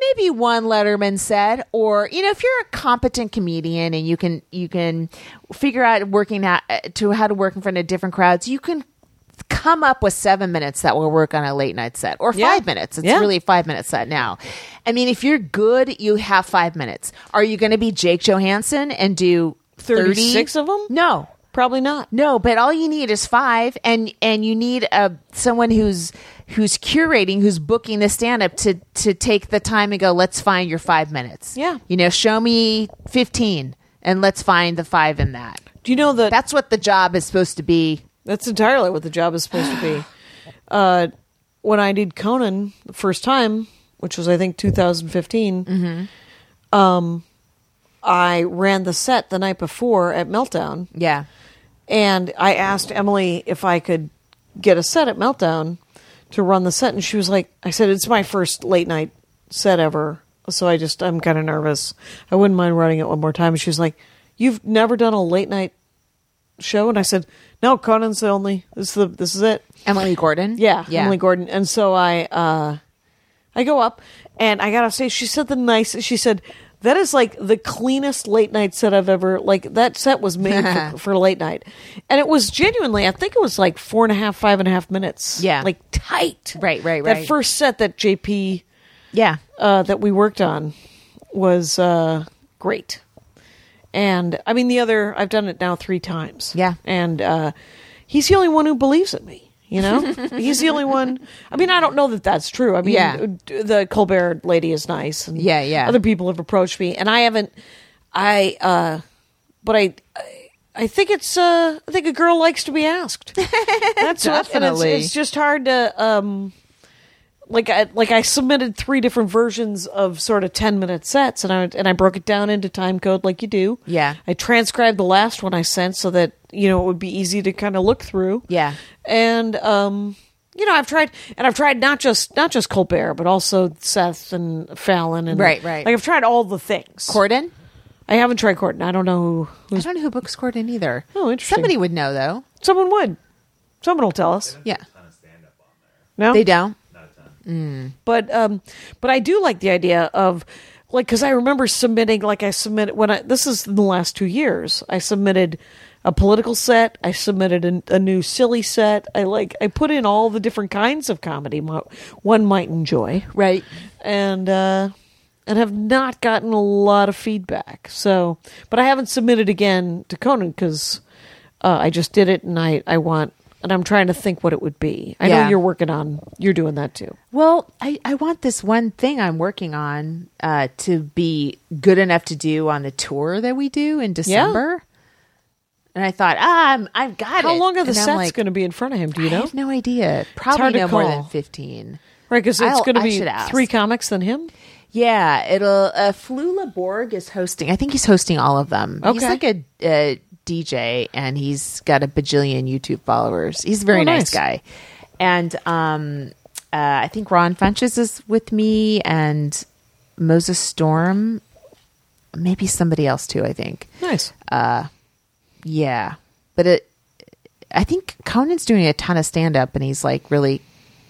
Speaker 2: maybe one Letterman said, or you know, if you're a competent comedian and you can you can figure out working out to how to work in front of different crowds, you can come up with seven minutes that will work on a late night set or
Speaker 3: Yeah.
Speaker 2: five minutes. It's
Speaker 3: Yeah.
Speaker 2: really five minute set now. I mean, if you're good, you have five minutes. Are you going to be Jake Johansson and do 30?
Speaker 3: 36 of 'em?
Speaker 2: No.
Speaker 3: Probably not.
Speaker 2: No, but all you need is five, and and you need a someone who's who's curating, who's booking the stand up to to take the time and go. Let's find your five minutes.
Speaker 3: Yeah.
Speaker 2: you know, show me fifteen, and let's find the five in that.
Speaker 3: Do you know that
Speaker 2: That's what the job is supposed to be.
Speaker 3: That's entirely what the job is supposed to be. Uh, when I did Conan the first time, which was I think 2015, um,
Speaker 2: Mm-hmm.
Speaker 3: I ran the set the night before at Meltdown,
Speaker 2: Yeah,
Speaker 3: and I asked Emily if I could get a set at Meltdown to run the set, and she was like, "I said it's my first late night set ever, so I just I'm kind of nervous. I wouldn't mind running it one more time." And she was like, "You've never done a late night show?" And I said, "No, Conan's the only. This is the this is it."
Speaker 2: Emily Gordon.
Speaker 3: Yeah,
Speaker 2: yeah.
Speaker 3: Emily Gordon. And so I uh I go up and I got off stage. She said the nicest she said that is like the cleanest late night set I've ever like that set was made for, for late night. And it was genuinely I think it was like four and a half, five and a half minutes.
Speaker 2: Yeah.
Speaker 3: Like tight.
Speaker 2: Right, right,
Speaker 3: That
Speaker 2: right.
Speaker 3: first set that JP
Speaker 2: Yeah,
Speaker 3: uh, that we worked on was uh, great. And I mean, the other, I've done it now three times.
Speaker 2: Yeah.
Speaker 3: And uh, he's the only one who believes in me. You know, he's the only one. I mean, I don't know that that's true. I mean,
Speaker 2: Yeah.
Speaker 3: the Colbert lady is nice. And
Speaker 2: Yeah, yeah.
Speaker 3: Other people have approached me, and I haven't. I, uh, but I, I, I think it's. Uh, I think a girl likes to be asked. That's what, and it's-
Speaker 2: Definitely.
Speaker 3: it's just hard to. Um, like I like I submitted three different versions of sort of ten minute sets, and I and I broke it down into time code like you do.
Speaker 2: Yeah.
Speaker 3: I transcribed the last one I sent so that you know it would be easy to kind of look through.
Speaker 2: Yeah.
Speaker 3: and um, you know I've tried and I've tried not just not just Colbert but also Seth and Fallon and
Speaker 2: Right, right.
Speaker 3: Like I've tried all the things.
Speaker 2: Gordon.
Speaker 3: I haven't tried Corden. I don't know who,
Speaker 2: I
Speaker 3: who's
Speaker 2: don't know who books Gordon either.
Speaker 3: Oh, interesting.
Speaker 2: Somebody would know though.
Speaker 3: someone would. Someone will tell us.
Speaker 2: Yeah.
Speaker 3: No,
Speaker 2: They don't.
Speaker 3: but um, but I do like the idea of like because I remember submitting like I submitted when I this is in the last two years I submitted a political set I submitted a, a new silly set I like I put in all the different kinds of comedy mo- one might enjoy
Speaker 2: Right.
Speaker 3: and uh, and have not gotten a lot of feedback. So, but I haven't submitted again to Conan because uh, I just did it, and I I want and I'm trying to think what it would be. I
Speaker 2: Yeah.
Speaker 3: know you're working on you're doing that too.
Speaker 2: Well, I, I want this one thing I'm working on uh, to be good enough to do on the tour that we do in December. And I thought, ah, I'm, I've got it.
Speaker 3: How long are the
Speaker 2: And I'm
Speaker 3: sets
Speaker 2: like,
Speaker 3: going to be in front of him? Do you
Speaker 2: I
Speaker 3: know?
Speaker 2: have no idea. Probably
Speaker 3: hard to
Speaker 2: no more than
Speaker 3: call.
Speaker 2: 15.
Speaker 3: Right, because it's
Speaker 2: I'll-
Speaker 3: going to
Speaker 2: I
Speaker 3: be
Speaker 2: should ask.
Speaker 3: three comics than him.
Speaker 2: Yeah, it'll. Uh, Flula Borg is hosting. I think he's hosting all of them. He's
Speaker 3: Okay.
Speaker 2: like a, a DJ, and he's got a bajillion YouTube followers. He's a very
Speaker 3: Oh,
Speaker 2: nice.
Speaker 3: nice.
Speaker 2: guy, and um, uh, I think Ron Funches is with me, and Moses Storm, maybe somebody else too. I think.
Speaker 3: Nice.
Speaker 2: Uh, Yeah, but it. I think Conan's doing a ton of stand up, and he's like really.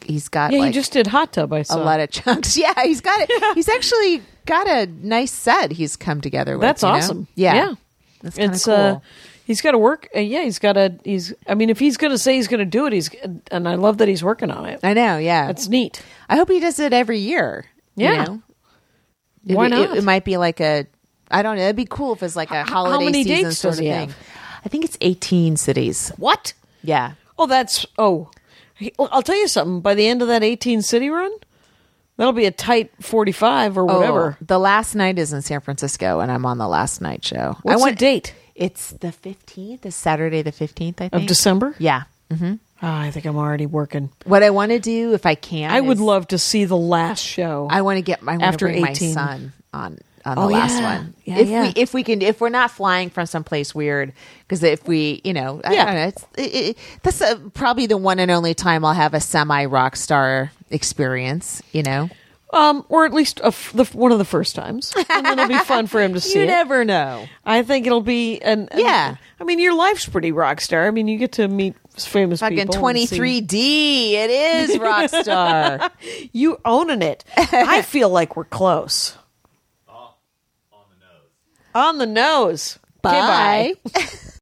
Speaker 2: He's got
Speaker 3: yeah,
Speaker 2: like
Speaker 3: you just did hot tub. I
Speaker 2: a
Speaker 3: saw
Speaker 2: lot of chunks. Yeah, he's got it. He's actually got a nice set he's come together with.
Speaker 3: That's
Speaker 2: you know?
Speaker 3: awesome.
Speaker 2: Yeah.
Speaker 3: yeah.
Speaker 2: That's kind of
Speaker 3: It's,
Speaker 2: cool.
Speaker 3: uh, he's got to work. Uh, yeah, he's got to. He's. I mean, if he's going to say he's going to do it, he's. And I love that he's working on it.
Speaker 2: I know. Yeah.
Speaker 3: That's neat.
Speaker 2: I hope he does it every year. you
Speaker 3: Yeah.
Speaker 2: know? It-
Speaker 3: Why
Speaker 2: it-
Speaker 3: not?
Speaker 2: It, might be like a, I don't know. It'd be cool if it's like a
Speaker 3: H- how
Speaker 2: holiday
Speaker 3: many
Speaker 2: season
Speaker 3: dates
Speaker 2: sort
Speaker 3: does
Speaker 2: of
Speaker 3: he
Speaker 2: thing.
Speaker 3: have?
Speaker 2: I think it's 18 cities.
Speaker 3: What?
Speaker 2: Yeah.
Speaker 3: Oh, that's oh. He- well, I'll tell you something. By the end of that 18 city run, that'll be a tight 45 or whatever.
Speaker 2: Oh, the last night is in San Francisco, and I'm on the last night show.
Speaker 3: What's
Speaker 2: I
Speaker 3: the
Speaker 2: went,
Speaker 3: date
Speaker 2: It's the 15th, is Saturday the 15th, I think.
Speaker 3: of December?
Speaker 2: Yeah. Mm-hmm.
Speaker 3: Oh, I think I'm already working.
Speaker 2: What I want to do, if I can,
Speaker 3: I would
Speaker 2: is-
Speaker 3: love to see the last show.
Speaker 2: I want to get my
Speaker 3: After
Speaker 2: after bring my
Speaker 3: 18.
Speaker 2: son on on the
Speaker 3: Oh,
Speaker 2: last
Speaker 3: yeah.
Speaker 2: one.
Speaker 3: Yeah,
Speaker 2: if
Speaker 3: yeah.
Speaker 2: we if we can if we're not flying from someplace weird because if we you know I
Speaker 3: Yeah.
Speaker 2: don't know it's, it, it, that's uh probably the one and only time I'll have a semi rock star experience. You know,
Speaker 3: um, or at least a f the, one of the first times. And then it'll be fun for him to see. it.
Speaker 2: never know.
Speaker 3: I think it'll be an, an-
Speaker 2: Yeah.
Speaker 3: I mean, your life's pretty rock star. I mean, you get to meet famous
Speaker 2: Fucking
Speaker 3: people. and
Speaker 2: twenty
Speaker 3: see-
Speaker 2: three D, it is rock star.
Speaker 3: You owning it. I feel like we're close. On the nose. On the nose. Okay,
Speaker 2: Bye.